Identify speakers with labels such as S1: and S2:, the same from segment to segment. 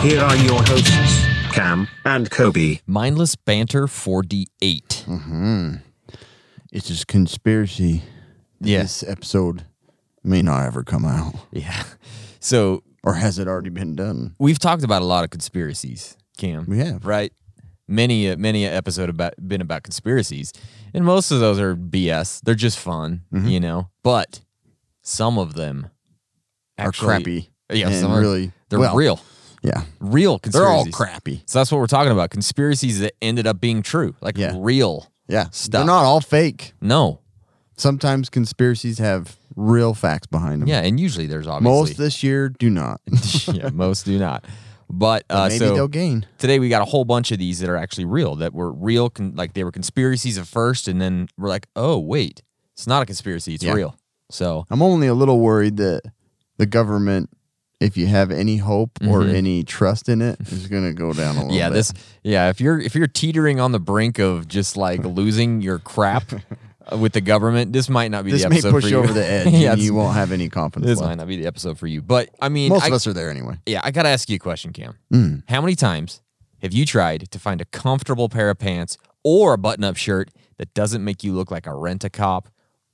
S1: Here are your hosts, Cam and Kobe.
S2: Mindless Banter 48.
S3: Mm. It's just conspiracy. that
S2: Yeah.
S3: This episode may not ever come out.
S2: Yeah. So
S3: Or has it already been done?
S2: we've talked about a lot of conspiracies, Cam.
S3: We have.
S2: Right? Many, uh, many a episode about been about conspiracies, and most of those are BS. They're just fun,
S3: Mm-hmm.
S2: you know. But some of them
S3: Are
S2: actually-
S3: crappy.
S2: Yeah,
S3: and
S2: some are,
S3: really.
S2: They're
S3: well,
S2: real,
S3: Yeah.
S2: real
S3: They're
S2: conspiracies.
S3: all crappy.
S2: So that's what we're talking about: conspiracies that ended up being true, like
S3: Yeah.
S2: real.
S3: Yeah.
S2: Stuff.
S3: They're not all fake.
S2: No,
S3: Sometimes conspiracies have real facts behind them.
S2: yeah, and usually there's
S3: Mm. Most
S2: obviously
S3: this year do not.
S2: yeah, most do not. But uh,
S3: Maybe
S2: so
S3: they'll gain.
S2: today we got a whole bunch of these that are actually real that were real con- like they were conspiracies at first and then we're like oh wait it's not a conspiracy it's
S3: Yeah.
S2: real so
S3: I'm only a little worried that the government, if you have any hope or any trust in it, is going to go down a little
S2: Mm-hmm. yeah
S3: bit.
S2: this yeah if you're if you're teetering on the brink of just like losing your crap uh, with the government this might not be
S3: this
S2: the
S3: may
S2: episode
S3: push
S2: for
S3: you
S2: you
S3: over the edge
S2: yeah it's-
S3: and you won't have any confidence
S2: this
S3: left.
S2: might not be the episode for you but i mean
S3: Most
S2: I,
S3: of us are there anyway.
S2: yeah i gotta ask you a question cam how many times have you tried to find a comfortable pair of pants or a button-up shirt that doesn't make you look like a rent-a-cop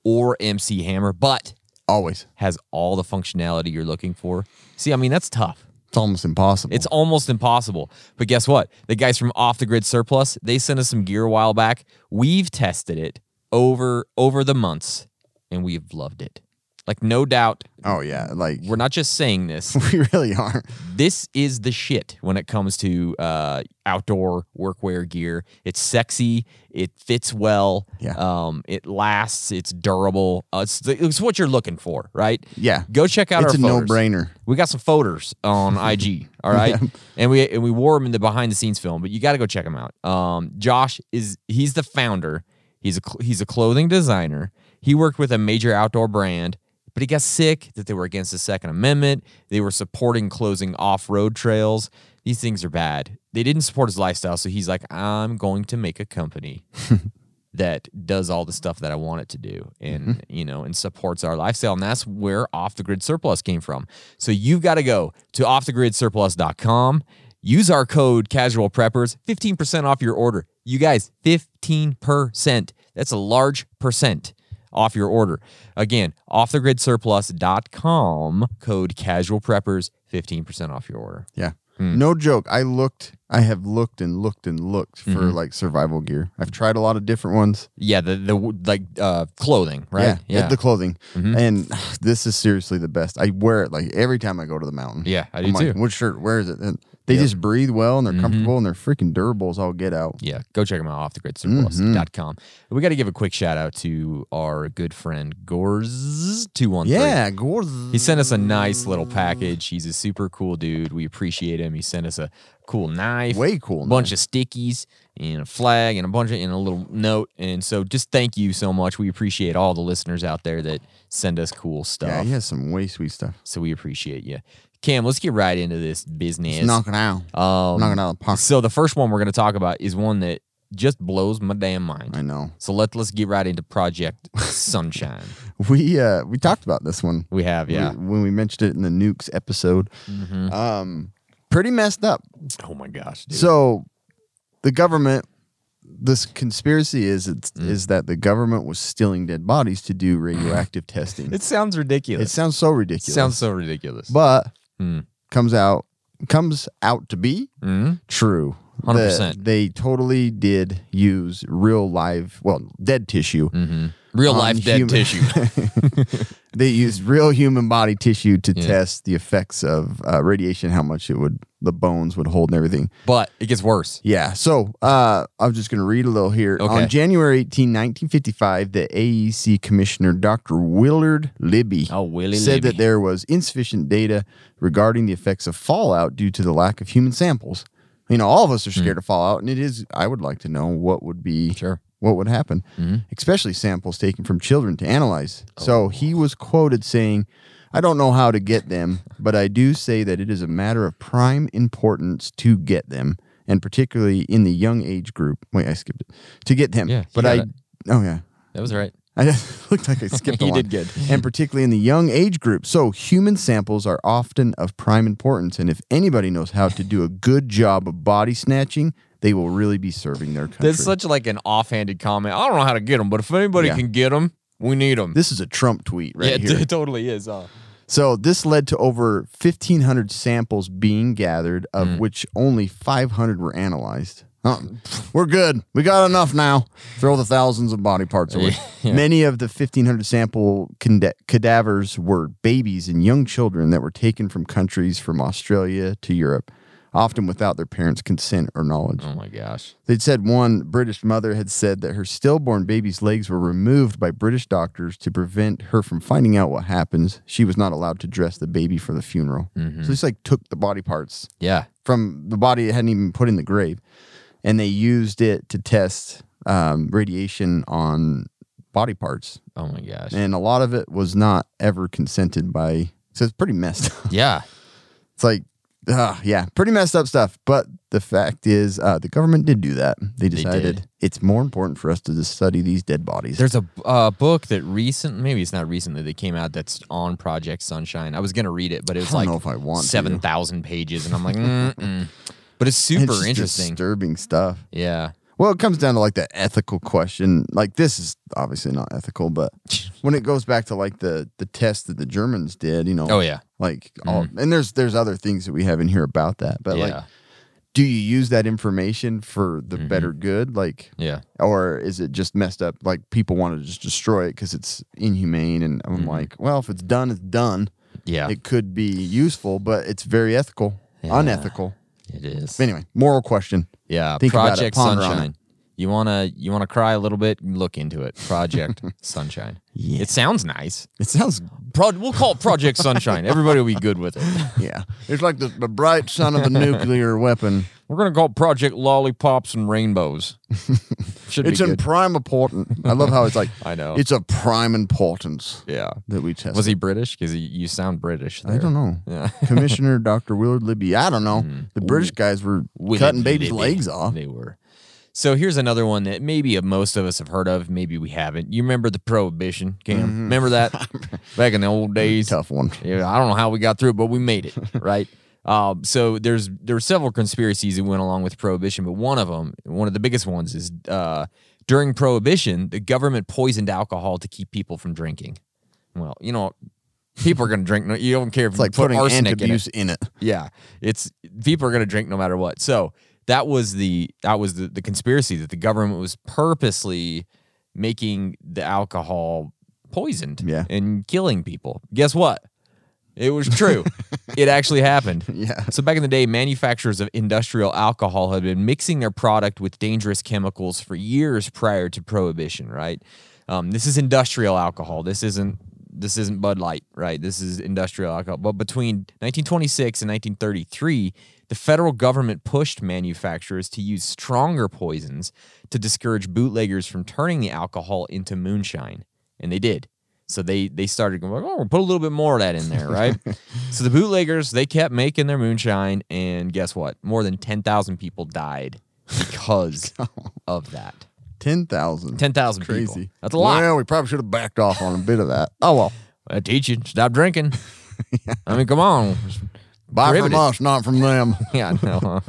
S2: or mc hammer but
S3: Always.
S2: has all the functionality you're looking for. See, I mean, that's tough.
S3: It's almost impossible.
S2: It's almost impossible. But guess what? The guys from Off the Grid Surplus, they sent us some gear a while back. We've tested it over over the months and we've loved it. Like no doubt,
S3: oh yeah, like
S2: we're not just saying this.
S3: we really are.
S2: this is the shit when it comes to uh, outdoor workwear gear. It's sexy. It fits well.
S3: Yeah.
S2: Um, it lasts. It's durable. Uh, it's, it's what you're looking for, right?
S3: Yeah.
S2: Go check out
S3: It's
S2: our
S3: a
S2: photos.
S3: no-brainer.
S2: We got some photos on IG, all right, and we and we wore them in the behind the scenes film. But you got to go check them out. Um, Josh is he's the founder. He's a cl- he's a clothing designer. He worked with a major outdoor brand, but he got sick that they were against the Second Amendment. They were supporting closing off road trails. These things are bad. They didn't support his lifestyle, so he's like, I'm going to make a company that does all the stuff that I want it to do and
S3: Mm-hmm.
S2: you know and supports our lifestyle and that's where off the grid surplus came from. So you've got to go to offthegridsurplus.com, use our code casual preppers 15% off your order. You guys, 15%. That's a large percent off your order. Again, offthegridsurplus.com, code casual preppers 15% off your order.
S3: Yeah.
S2: Hmm.
S3: No joke. I looked. I have looked and looked and looked for
S2: Mhm.
S3: like survival gear. I've tried a lot of different ones.
S2: Yeah, the the like uh clothing, right?
S3: Yeah. The clothing.
S2: Mhm.
S3: And this is seriously the best. I wear it like every time I go to the mountain.
S2: Yeah, I do
S3: I'm
S2: too. Mm-hmm.
S3: like, what shirt? Where is it? And they just breathe well and they're comfortable and they're freaking durable as all get out.
S2: Yeah, go check them out,
S3: Mm-hmm.
S2: offthegridsurplus.com. We got to give a quick shout out to our good friend Gores213.
S3: Yeah, gorgeous.
S2: He sent us a nice little package. He's a super cool dude. We appreciate him. He sent us a cool knife,
S3: Way cool.
S2: bunch of stickies, and a flag, and a bunch of, and a little note. And so just thank you so much. We appreciate all the listeners out there that send us cool stuff.
S3: Yeah, he has some way sweet stuff.
S2: So we appreciate you. Cam, let's get right into this business.
S3: It's knocking out.
S2: um,
S3: knocking out of the pocket.
S2: so the first one we're going to talk about is one that just blows my damn mind.
S3: I know.
S2: So let let's get right into Project Sunshine.
S3: We uh we talked about this one.
S2: We have yeah. Mm-hmm.
S3: We- when we mentioned it in the nukes episode. Um pretty messed up.
S2: oh my gosh.
S3: So the government this conspiracy is it's,
S2: Mm.
S3: is that the government was stealing dead bodies to do radioactive testing.
S2: it sounds
S3: it
S2: ridiculous.
S3: sounds so ridiculous.
S2: sounds so ridiculous.
S3: but
S2: Mm.
S3: comes out comes out to be
S2: Mhm.
S3: true.
S2: 100%.
S3: That They totally did use real live, well, dead tissue.
S2: Mm-hmm. real
S3: on
S2: life dead
S3: Um, human-
S2: tissue.
S3: They used real human body tissue to
S2: Yeah.
S3: test the effects of uh, radiation, how much it would, the bones would hold and everything.
S2: but it gets worse.
S3: Yeah. So uh, I'm just going to read a little here.
S2: Okay.
S3: On January 18, 1955, the AEC commissioner, Dr. Willard Libby,
S2: Oh, Willie
S3: said
S2: Libby.
S3: that there was insufficient data regarding the effects of fallout due to the lack of human samples. You know, all of us are
S2: Hmm.
S3: scared of fallout, and it is, I would like to know what would be
S2: Sure.
S3: what would happen,
S2: Mhm.
S3: especially samples taken from children to analyze.
S2: Oh.
S3: So he was quoted saying, I don't know how to get them, but I do say that it is a matter of prime importance to get them, and particularly in the young age group. Wait, I skipped it. To get them.
S2: Yeah, you
S3: but
S2: got
S3: I,
S2: it.
S3: oh, yeah.
S2: That was right.
S3: I looked like I skipped a
S2: he
S3: line.
S2: did good.
S3: and particularly in the young age group. So, human samples are often of prime importance. And if anybody knows how to do a good job of body snatching, they will really be serving their country.
S2: That's such like an offhanded comment. I don't know how to get them, but if anybody
S3: Yeah.
S2: can get them, we need them.
S3: this is a Trump tweet right
S2: yeah,
S3: here.
S2: it totally is. Huh?
S3: So, this led to over 1,500 samples being gathered, of
S2: Mm.
S3: which only 500 were analyzed. Huh. we're good. We got enough now. Throw the thousands of body parts away.
S2: Yeah.
S3: Many of the 1,500 sample canda- cadavers were babies and young children that were taken from countries from Australia to Europe, often without their parents' consent or knowledge.
S2: Oh my gosh.
S3: They'd said one British mother had said that her stillborn baby's legs were removed by British doctors to prevent her from finding out what happens. She was not allowed to dress the baby for the funeral. So they just like took the body parts
S2: Mm-hmm. Yeah.
S3: from the body that hadn't even been put in the grave, and they used it to test um, radiation on body parts.
S2: Oh my gosh.
S3: And a lot of it was not ever consented by. So it's pretty messed up.
S2: Yeah.
S3: It's like, uh, yeah, pretty messed up stuff. But the fact is, uh, the government did do that. They
S2: did.
S3: decided it's more important for us to just study these dead bodies.
S2: There's a uh, book that recent, maybe it's not recently, that came out that's on Project Sunshine. I was gonna read it, but it was
S3: I don't
S2: like
S3: know if I want to.
S2: seven thousand pages, and I'm like, Mm-mm. but it's
S3: It's
S2: super
S3: just
S2: interesting.
S3: disturbing stuff.
S2: Yeah.
S3: Well, it comes down to like the ethical question. Like this is obviously not ethical, but when it goes back to like the the test that the Germans did, you know,
S2: Oh yeah.
S3: like all and there's there's other things that we have in here about that. But
S2: yeah. Mm-hmm.
S3: like, do you use that information for the better good? Like,
S2: yeah.
S3: or is it just messed up? Like people want to just destroy it because it's inhumane. And I'm like, well, if it's done, it's done.
S2: Mm-hmm. Yeah.
S3: It could be useful, but it's very ethical,
S2: Yeah.
S3: unethical.
S2: it is.
S3: Anyway, moral question.
S2: Yeah,
S3: Think about it.
S2: Project
S3: Ponder on it.
S2: Sunshine. You wanna you wanna cry a little bit? Look into it. Project Sunshine. It sounds nice.
S3: It sounds
S2: Pro- we'll call it Project Sunshine. Everybody will be good with it.
S3: yeah. It's like the, the bright sun of a nuclear weapon.
S2: We're gonna call it Project Lollipops and Rainbows. Should
S3: It's
S2: be
S3: in
S2: good.
S3: prime importance. I love how it's like.
S2: I know.
S3: It's a prime importance
S2: yeah.
S3: that we test.
S2: Was he British? Because you sound British.
S3: I
S2: there.
S3: don't know.
S2: Yeah.
S3: Commissioner Dr. Willard Libby. I don't know.
S2: Mm.
S3: The British guys were
S2: Willy
S3: cutting babies'
S2: nilly.
S3: legs off.
S2: They were. So here's another one that maybe most of us have heard of, maybe we haven't. You remember the Prohibition, Cam? Remember that back in the old days?
S3: Mm-hmm. Tough one.
S2: Yeah, I don't know how we got through it, but we made it, right? Um, so there's there were several conspiracies that went along with prohibition, but one of them, one of the biggest ones, is uh, during prohibition, the government poisoned alcohol to keep people from drinking. Well, you know, people are going to drink. No, you don't care if
S3: It's
S2: you
S3: like
S2: put
S3: putting
S2: arsenic in it.
S3: antabuse in it.
S2: Yeah, it's people are going to drink no matter what. So that was the that was the, the conspiracy that the government was purposely making the alcohol poisoned
S3: Yeah.
S2: and killing people. Guess what? It was true. it actually happened.
S3: Yeah.
S2: So back in the day, manufacturers of industrial alcohol had been mixing their product with dangerous chemicals for years prior to prohibition. Right. Um, this is industrial alcohol. This isn't this isn't Bud Light. Right. This is industrial alcohol. But between 1926 and 1933, the federal government pushed manufacturers to use stronger poisons to discourage bootleggers from turning the alcohol into moonshine, and they did. So they they started going, oh, we'll put a little bit more of that in there, right? so the bootleggers they kept making their moonshine, and guess what? More than ten thousand people died because of that.
S3: 10,000.
S2: Ten thousand people.
S3: Crazy.
S2: That's a lot.
S3: Well, we probably should have backed off on a bit of that. Oh, well.
S2: I teach you stop drinking. I mean, come on.
S3: Buy
S2: Prohibited.
S3: from us, not from them.
S2: Yeah, I know.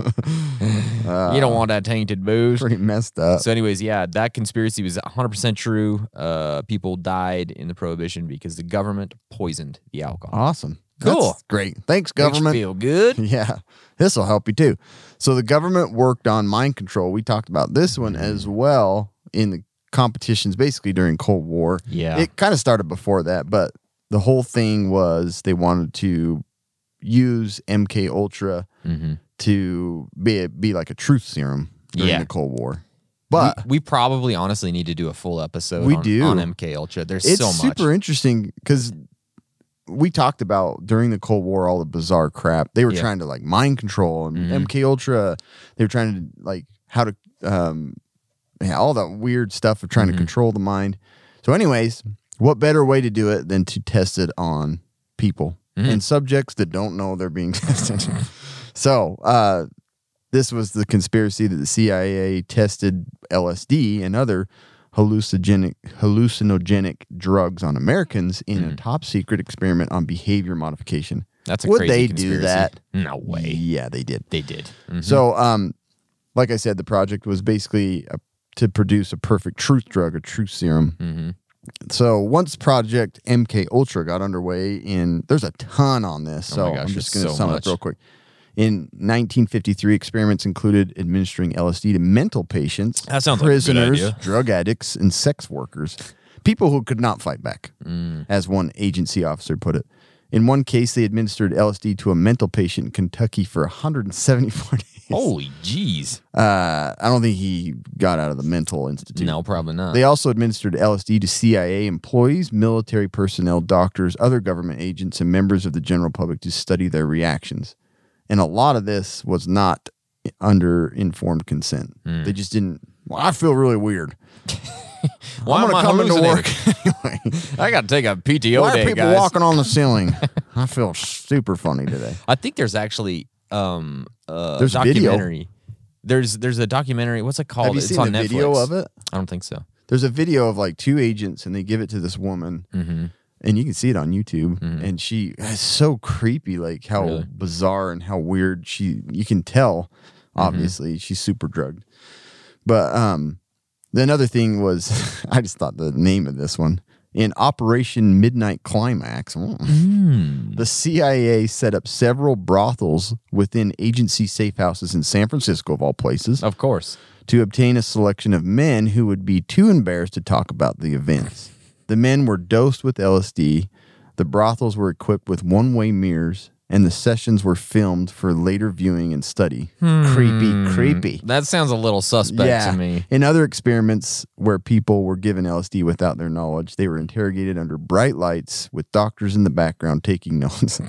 S2: you don't want that tainted booze.
S3: Pretty messed Uh, up.
S2: So, anyways, yeah, that conspiracy was 100% true. Uh, people died in the prohibition because the government poisoned the alcohol.
S3: Awesome.
S2: Cool.
S3: That's great. Thanks,
S2: Makes you
S3: Uh, government.
S2: feel good.
S3: Yeah, this will help you too. So the government worked on mind control. We talked about this one as well in the competitions, basically during Cold War.
S2: Yeah.
S3: it kind of started before that, but the whole thing was they wanted to use MK Ultra
S2: mm-hmm.
S3: to be be like a truth serum during
S2: Yeah.
S3: the Cold War. But
S2: we, we probably honestly need to do a full episode.
S3: We
S2: on,
S3: do.
S2: on MK Ultra. There's
S3: it's
S2: so much.
S3: super interesting because we talked about during the Cold War all the bizarre crap they were
S2: Yeah.
S3: trying to like mind control and
S2: Mhm.
S3: MK Ultra. They were trying to like how to um yeah, all that weird stuff of trying
S2: Mhm.
S3: to control the mind. So, anyways, what better way to do it than to test it on people
S2: Mhm.
S3: and subjects that don't know they're being tested? so, uh, this was the conspiracy that the CIA tested LSD and other hallucinogenic hallucinogenic drugs on Americans in a top secret experiment on behavior modification.
S2: That's a
S3: Would
S2: crazy
S3: they
S2: conspiracy.
S3: do that?
S2: No way.
S3: Yeah, they did.
S2: They did. Mhm.
S3: So, um, like I said, the project was basically uh to produce a perfect truth drug, a truth serum.
S2: Mhm.
S3: So once Project MK Ultra got underway in, there's a ton on this,
S2: Oh
S3: so
S2: my gosh,
S3: I'm just
S2: there's
S3: going to
S2: so
S3: sum
S2: much.
S3: up real quick. In 1953, experiments included administering LSD to mental patients,
S2: That sounds like a good
S3: prisoners,
S2: idea.
S3: drug addicts, and sex workers, people who could not fight back,
S2: Mm.
S3: as one agency officer put it. In one case, they administered LSD to a mental patient in Kentucky for 174 days.
S2: Holy jeez.
S3: Uh, I don't think he got out of the mental institute.
S2: No, probably not.
S3: They also administered LSD to CIA employees, military personnel, doctors, other government agents, and members of the general public to study their reactions. And a lot of this was not under informed consent.
S2: Hmm.
S3: They just didn't. Well, I feel really weird.
S2: Why
S3: I'm
S2: am
S3: gonna
S2: I
S3: come into work.
S2: hallucinating?
S3: anyway.
S2: I got to take a PTO
S3: Why are
S2: day,
S3: people
S2: guys.
S3: walking on the ceiling? I feel super funny today.
S2: I think there's actually um a
S3: There's video.
S2: documentary. There's there's a documentary. What's it called?
S3: Have you
S2: it's
S3: seen
S2: on
S3: the
S2: Netflix.
S3: video of it?
S2: I don't think so.
S3: There's a video of like two agents, and they give it to this woman.
S2: Mm-hmm.
S3: and you can see it on YouTube. And she is so creepy, like how
S2: Really?
S3: bizarre and how weird she. You can tell,
S2: Mm-hmm.
S3: obviously, she's super drugged. But um, the another thing was, I just thought the name of this one in Operation Midnight Climax. mm,
S2: Mm-hmm. Hmm.
S3: The CIA set up several brothels within agency safe houses in San Francisco, of all places,
S2: Of course.
S3: to obtain a selection of men who would be too embarrassed to talk about the events. The men were dosed with LSD, the brothels were equipped with one way mirrors, and the sessions were filmed for later viewing and study. Creepy, creepy.
S2: That sounds a little suspect Hmm. to me.
S3: In other experiments where people were given LSD without their knowledge, they were interrogated under bright lights with doctors in the background taking notes.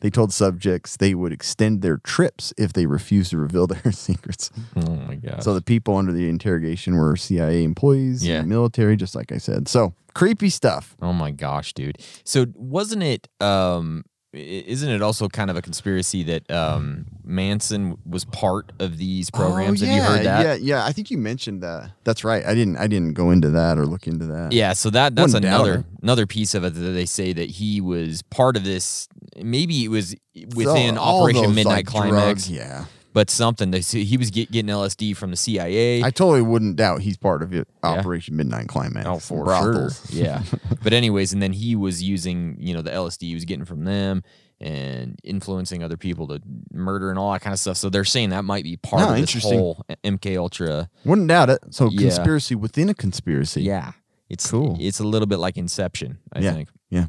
S3: they told subjects they would extend their trips if they refused to reveal their secrets.
S2: Oh my god.
S3: So the people under the interrogation were CIA employees,
S2: Yeah.
S3: and military, just like I said. So creepy stuff.
S2: oh my gosh, dude. So wasn't it um i- isn't it also kind of a conspiracy that um Manson was part of these programs?
S3: Oh,
S2: Have you heard that?
S3: Yeah, yeah. I think you mentioned that. That's right. I didn't. I didn't go into that or look into that.
S2: Yeah, so that that's
S3: Wouldn't doubt
S2: another another piece of it that they say that he was part of this. Maybe it was
S3: So
S2: within
S3: all
S2: Operation
S3: those,
S2: Midnight
S3: like,
S2: Climax,
S3: drugs, yeah,
S2: but something they say he was get, getting LSD from the CIA.
S3: I totally wouldn't doubt he's part of it. Operation Midnight Climax.
S2: Oh, for
S3: Brothels.
S2: sure. Yeah. but anyways, and then he was using, you know, the LSD he was getting from them and influencing other people to murder and all that kind of stuff. So they're saying that might be part
S3: No,
S2: of this
S3: interesting.
S2: whole MK Ultra.
S3: Wouldn't doubt it. So
S2: Yeah.
S3: conspiracy within a conspiracy.
S2: Yeah. It's
S3: Cool.
S2: it's a little bit like Inception, I
S3: Yeah,
S2: think.
S3: yeah.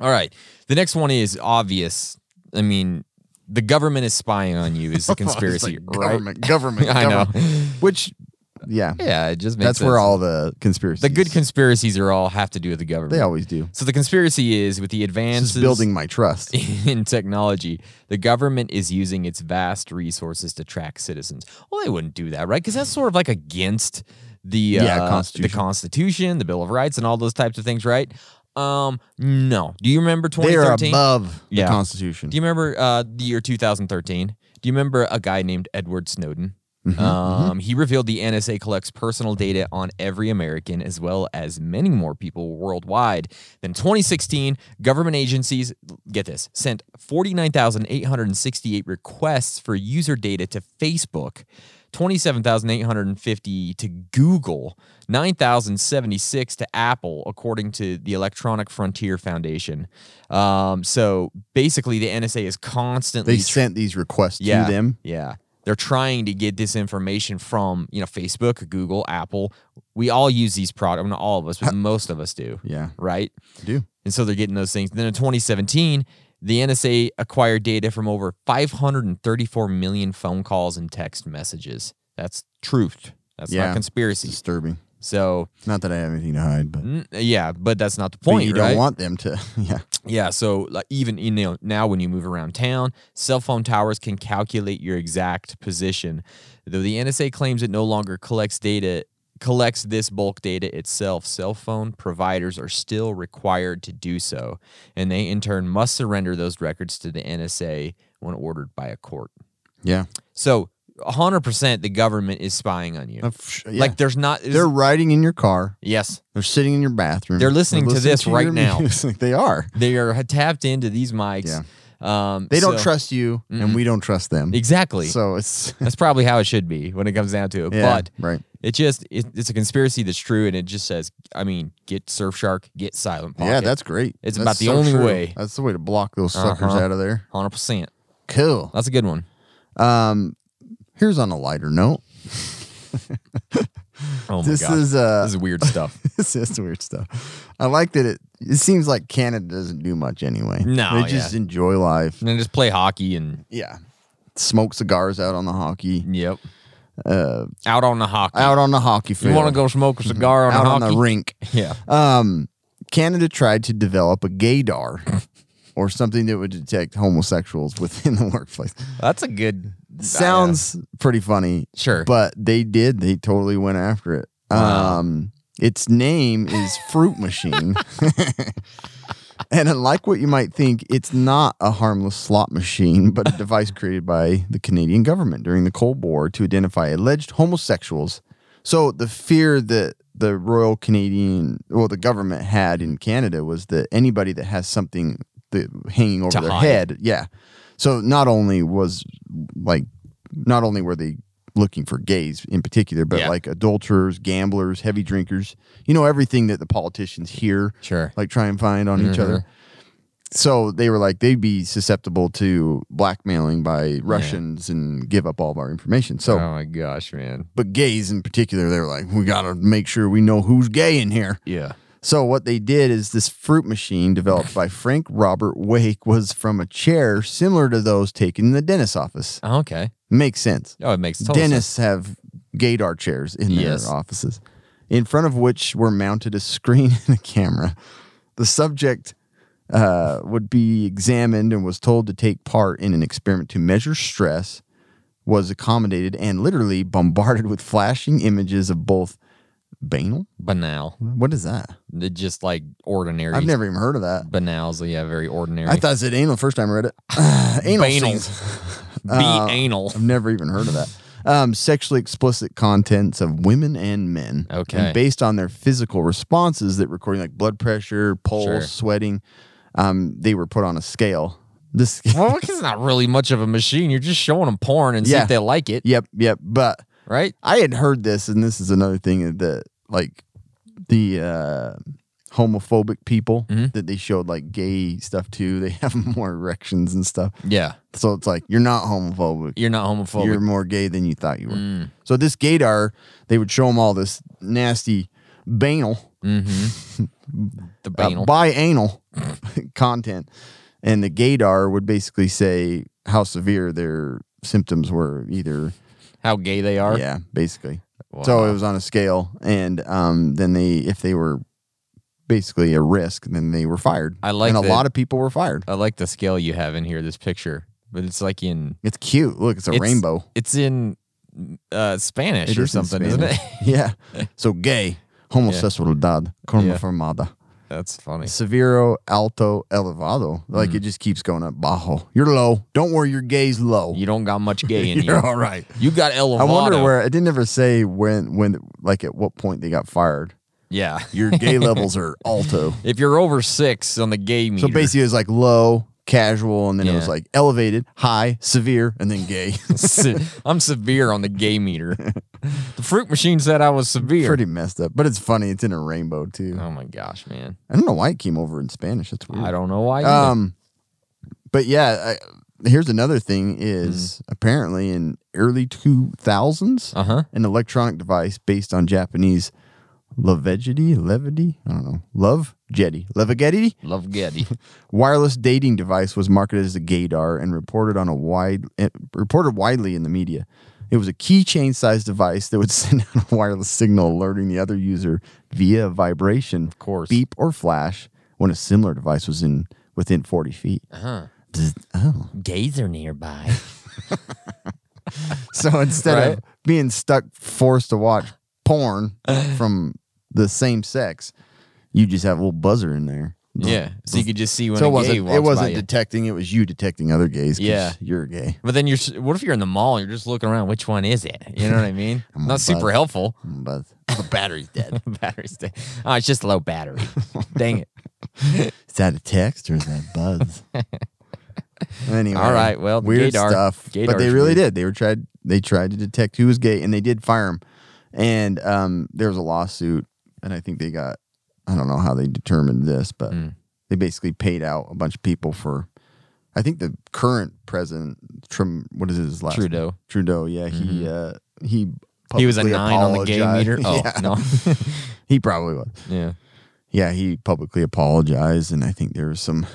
S2: All right. The next one is obvious. I mean, the government is spying on you is the
S3: It's like
S2: conspiracy, right?
S3: government, government,
S2: I know.
S3: government. Which, yeah,
S2: Yeah, it just makes
S3: that's where
S2: sense.
S3: all the conspiracies.
S2: the good conspiracies are all have to do with the government.
S3: They always do.
S2: So the conspiracy is with the
S3: This
S2: advances
S3: is building my trust.
S2: in technology, the government is using its vast resources to track citizens. Well, they wouldn't do that, right? Because that's sort of like against the uh,
S3: Yeah,
S2: the
S3: Constitution.
S2: Constitution, the Bill of Rights, and all those types of things, right? Um, no. Do you remember
S3: They are
S2: 2013?
S3: above
S2: Yeah.
S3: the Constitution.
S2: Do you remember uh, the year 2013? Do you remember a guy named Edward Snowden? um, He revealed the NSA collects personal data on every American as well as many more people worldwide. Then 2016, government agencies, get this, sent 49,868 requests for user data to Facebook. 27,850 to Google, 9,076 to Apple, according to the Electronic Frontier Foundation. Um, so basically, the NSA is constantly
S3: they sent these requests
S2: yeah,
S3: to them.
S2: Yeah. They're trying to get this information from, you know, Facebook, Google, Apple. We all use these products. Not all of us, but most of us do,
S3: Yeah,
S2: right?
S3: do.
S2: And so they're getting those things. Then in 2017, the NSA acquired data from over 534 million phone calls and text messages. That's truth. That's not
S3: Yeah.
S2: conspiracy.
S3: disturbing.
S2: So,
S3: Not that I have anything to hide, but,
S2: n- yeah, but that's not the
S3: but
S2: point.
S3: you don't
S2: right?
S3: want them to. Yeah,
S2: Yeah, so like even you know now when you move around town, cell phone towers can calculate your exact position. Though the NSA claims it no longer collects data collects this bulk data itself, cell phone providers are still required to do so, and they in turn must surrender those records to the NSA when ordered by a court.
S3: yeah.
S2: So hundred percent the government is spying on you.
S3: Uh, f- yeah.
S2: Like there's not there's-
S3: they're riding in your car.
S2: yes,
S3: They're sitting in your bathroom.
S2: They're listening to this right
S3: your
S2: now.
S3: music. they are.
S2: they are tapped into these mics. Um,
S3: They don't
S2: so- mm-hmm.
S3: trust you, and we don't trust them.
S2: exactly.
S3: So it's
S2: That's probably how it should be when it comes down to it.
S3: yeah,
S2: But
S3: right.
S2: It just it, it's a conspiracy that's true, and it just says, I mean, get Surfshark, get Silent Pocket.
S3: Yeah, that's great.
S2: It's
S3: That's
S2: about the only way.
S3: That's the way to block those suckers
S2: Uh-huh.
S3: out of there.
S2: hundred percent.
S3: Cool.
S2: That's a good one.
S3: Um, here's on a lighter note.
S2: Oh my
S3: this
S2: god,
S3: is uh,
S2: this is weird stuff.
S3: this is weird stuff. I like that it. It seems like Canada doesn't do much anyway.
S2: No,
S3: they just
S2: yeah.
S3: enjoy life.
S2: and then just play hockey and
S3: Yeah, smoke cigars out on the hockey,
S2: yep,
S3: uh,
S2: out on the hockey.
S3: out on the hockey field.
S2: you want to go smoke a cigar on
S3: out
S2: a
S3: on
S2: hockey?
S3: the rink?
S2: Yeah,
S3: Um, Canada tried to develop a gaydar or something that would detect homosexuals within the workplace.
S2: that's a good
S3: Sounds pretty funny,
S2: sure.
S3: but they did. They totally went after it.
S2: Wow.
S3: Um, its name is Fruit Machine. and unlike what you might think, it's not a harmless slot machine, but a device created by the Canadian government during the Cold War to identify alleged homosexuals. So the fear that the Royal Canadian, well, the government had in Canada was that anybody that has something that, hanging over
S2: To
S3: their
S2: hide.
S3: head, yeah. So not only was like, not only were they looking for gays in particular, but
S2: Yeah.
S3: like adulterers, gamblers, heavy drinkers, you know, everything that the politicians hear,
S2: sure.
S3: like try and find on each other. So they were like, they'd be susceptible to blackmailing by Russians and give up all of our information. So,
S2: oh my gosh, man.
S3: but gays in particular, they were like, we got to make sure we know who's gay in here.
S2: Yeah.
S3: So what they did is this fruit machine developed by Frank Robert Wake was from a chair similar to those taken in the dentist's office.
S2: Oh, okay.
S3: Makes sense.
S2: Oh, it makes total sense.
S3: Dentists have gaydar chairs in their
S2: Yes.
S3: offices, in front of which were mounted a screen and a camera. The subject uh, would be examined and was told to take part in an experiment to measure stress, was accommodated, and literally bombarded with flashing images of both banal.
S2: banal.
S3: What is that?
S2: It just like ordinary.
S3: I've never even heard of that.
S2: banal. So yeah, very ordinary.
S3: I thought it said anal the first time I read it. anal.
S2: Banal.
S3: scenes.
S2: Be anal.
S3: I've never even heard of that. Um, sexually explicit contents of women and men.
S2: Okay.
S3: And based on their physical responses that recording like blood pressure, pulse,
S2: Sure.
S3: sweating, um, they were put on a scale. This
S2: Well, it's not really much of a machine. You're just showing them porn and see
S3: Yeah.
S2: if they like it,
S3: Yep, yep. But
S2: right?
S3: I had heard this, and this is another thing that like the uh homophobic people
S2: Mhm.
S3: that they showed like gay stuff too, they have more erections and stuff.
S2: Yeah.
S3: So it's like you're not homophobic.
S2: You're not homophobic.
S3: You're more gay than you thought you were.
S2: Mm.
S3: So this gaydar, they would show him all this nasty banal,
S2: Mm-hmm. the
S3: uh,
S2: banal.
S3: bianal content, and the gaydar would basically say how severe their symptoms were. Either
S2: how gay they are.
S3: yeah, basically.
S2: Wow.
S3: So it was on a scale, and um, then they if they were basically a risk, then they were fired.
S2: I like
S3: and a
S2: that-
S3: lot of people were fired.
S2: I like the scale you have in here, this picture, but it's like in
S3: It's cute. Look, it's a
S2: It's-
S3: rainbow.
S2: it's in uh, Spanish
S3: It
S2: or
S3: is in
S2: something, isn't it?
S3: Spanish. yeah. So gay, homosexualidad, conformada.
S2: That's funny.
S3: Severo, alto, elevado. Like
S2: Mm-hmm.
S3: it just keeps going up. Bajo. You're low. Don't worry, your gay's low.
S2: You don't got much gay in you.
S3: You're all right.
S2: You got elevado.
S3: I wonder where it didn't ever say when when like at what point they got fired.
S2: Yeah.
S3: Your gay levels are alto.
S2: If you're over six on the gay meter,
S3: So basically it was like low, casual, and then it was
S2: Yeah.
S3: like elevated, high, severe, and then gay.
S2: se- I'm severe on the gay meter. the fruit machine said I was severe.
S3: Pretty messed up. But it's funny, it's in a rainbow too.
S2: Oh my gosh, man!
S3: I don't know why it came over in Spanish. That's weird.
S2: I don't know why. either.
S3: Um, but yeah, I, here's another thing: is apparently in early two thousands,
S2: Uh huh.
S3: an electronic device based on Japanese levegity, levity, I don't know, love jetty, levegetti,
S2: Love Getty.
S3: wireless dating device was marketed as a gaydar and reported on a wide eh, reported widely in the media. It was a keychain-sized device that would send out a wireless signal alerting the other user via vibration, of
S2: course.
S3: beep or flash, when a similar device was in within forty feet.
S2: Uh-huh.
S3: Zzz, Oh.
S2: Gays are nearby.
S3: So instead
S2: Right?
S3: of being stuck forced to watch porn from the same sex, you just have a little buzzer in there
S2: Yeah, so you could just see when
S3: so
S2: a
S3: it
S2: gay
S3: wasn't
S2: walks
S3: it
S2: by
S3: wasn't
S2: you.
S3: detecting. It was you detecting other gays. 'cause
S2: Yeah.
S3: you're gay.
S2: But then you're. s- What if you're in the mall and you're just looking around? Which one is it? You know what I mean?
S3: I'm
S2: Not
S3: on
S2: super
S3: buzz.
S2: helpful.
S3: But the battery's dead.
S2: Battery's dead. Oh, it's just low battery. Dang it.
S3: Is that a text or is that buzz? anyway,
S2: All right, well,
S3: weird
S2: Gaydar-
S3: stuff. but
S2: Gaydar's
S3: they really
S2: weird.
S3: did. They were tried. They tried to detect who was gay, and they did fire him. And um, there was a lawsuit, and I think they got. I don't know how they determined this, but
S2: Mm.
S3: they basically paid out a bunch of people for. I think the current president, Trim, what is his last? name?
S2: Trudeau. Mm-hmm.
S3: Trudeau. Yeah, he uh, he.
S2: He was a
S3: publicly
S2: nine on the game
S3: apologized.
S2: meter. Oh
S3: yeah,
S2: no.
S3: he probably was.
S2: yeah.
S3: Yeah, he publicly apologized, and I think there was some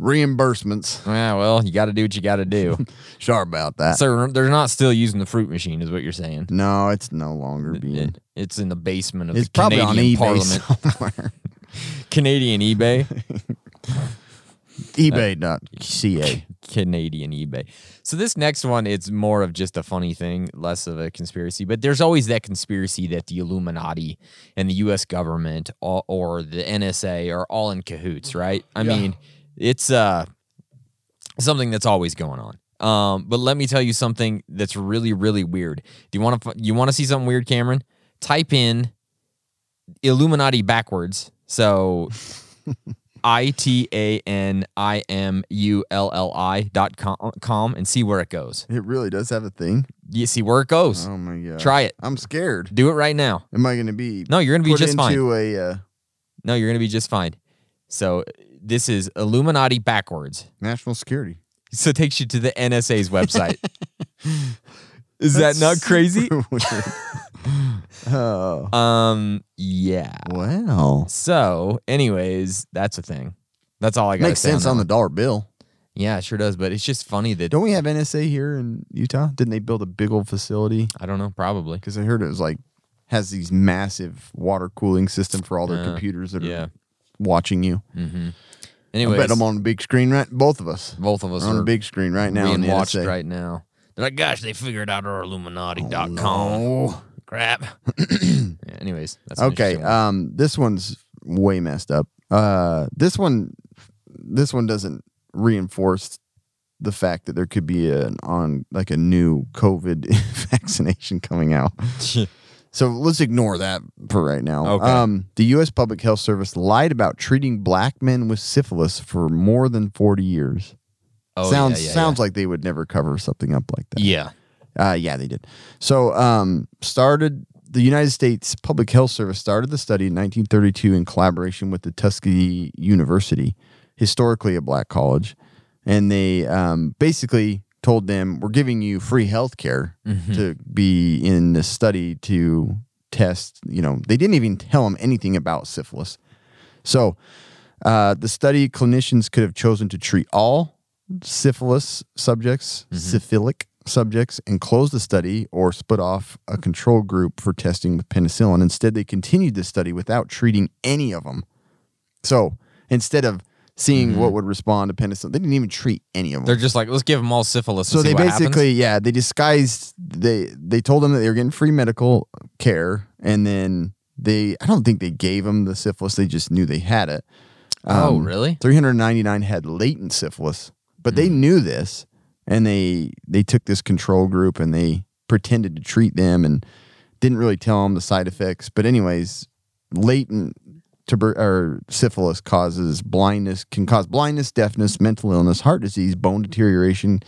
S3: reimbursements.
S2: Yeah. Well, you got to do what you got to do.
S3: Sure about that.
S2: so they're not still using the fruit machine, is what you're saying.
S3: no, it's no longer
S2: It-
S3: being.
S2: it's in the basement of
S3: It's
S2: the
S3: probably
S2: Canadian
S3: on eBay
S2: Parliament.
S3: somewhere.
S2: Canadian eBay.
S3: eBay.ca.
S2: Canadian eBay. So this next one, it's more of just a funny thing, less of a conspiracy. But there's always that conspiracy that the Illuminati and the U.S. government or, or the NSA are all in cahoots, right? I
S3: Yeah.
S2: mean, it's uh something that's always going on. Um, but let me tell you something that's really, really weird. Do you want to you want to see something weird, Cameron? Type in Illuminati backwards. So I T A N I M U L L I dot com, com and see where it goes.
S3: It really does have a thing.
S2: You see where it goes.
S3: Oh my god.
S2: Try it.
S3: I'm scared.
S2: Do it right now.
S3: Am I going to be
S2: No, you're gonna be
S3: put
S2: just fine.
S3: into a? Uh,
S2: No, you're gonna be just fine. So this is Illuminati backwards.
S3: National security.
S2: So it takes you to the NSA's website. is
S3: That's
S2: that not crazy?
S3: super weird. oh
S2: Um, yeah.
S3: wow!
S2: So, anyways, that's a thing. That's all I got.
S3: Makes sense on, the dollar bill.
S2: the. Yeah, it sure does. But it's just funny that
S3: Don't we have NSA here in Utah? Didn't they build a big old facility?
S2: I don't know. Probably.
S3: Because I heard it was like has these massive water cooling system for all their
S2: Yeah.
S3: computers that are
S2: Yeah.
S3: watching you.
S2: Mm-hmm.
S3: I
S2: Anyways,
S3: bet I'm on the big screen right. Both of us.
S2: both of us
S3: on
S2: are
S3: the big screen right now. in
S2: being
S3: the
S2: watched
S3: NSA.
S2: right now. They're like, gosh, they figured out our Illuminati.com.
S3: Oh.
S2: Crap. Yeah, anyways, that's an
S3: Okay.
S2: interesting one.
S3: Um, this one's way messed up. Uh, this one, this one doesn't reinforce the fact that there could be an on like a new COVID vaccination coming out. So let's ignore that for right now.
S2: Okay.
S3: Um, the U.S. Public Health Service lied about treating black men with syphilis for more than forty years.
S2: Oh,
S3: sounds
S2: yeah, yeah,
S3: sounds like they would never cover something up like that.
S2: Yeah.
S3: Uh, yeah, they did. So, um, started the United States Public Health Service started the study in 1932 in collaboration with the Tuskegee University, historically a black college, and they um, basically told them, "We're giving you free health care
S2: Mhm.
S3: to be in this study to test." You know, they didn't even tell them anything about syphilis. So, uh, the study clinicians could have chosen to treat all syphilis subjects, syphilic subjects, and close the study or split off a control group for testing with penicillin. Instead, they continued the study without treating any of them. So instead of seeing what would respond to penicillin, they didn't even treat any of them.
S2: They're just like, let's give them all syphilis.
S3: so
S2: and see
S3: they
S2: what happens."
S3: basically, yeah, they disguised they they told them that they were getting free medical care, and then they I don't think they gave them the syphilis. They just knew they had it.
S2: oh,
S3: um,
S2: really?
S3: 399 had latent syphilis, but they knew this and they they took this control group and they pretended to treat them and didn't really tell them the side effects. But anyways, latent tuber- or syphilis causes blindness, can cause blindness, deafness, mental illness, heart disease, bone deterioration,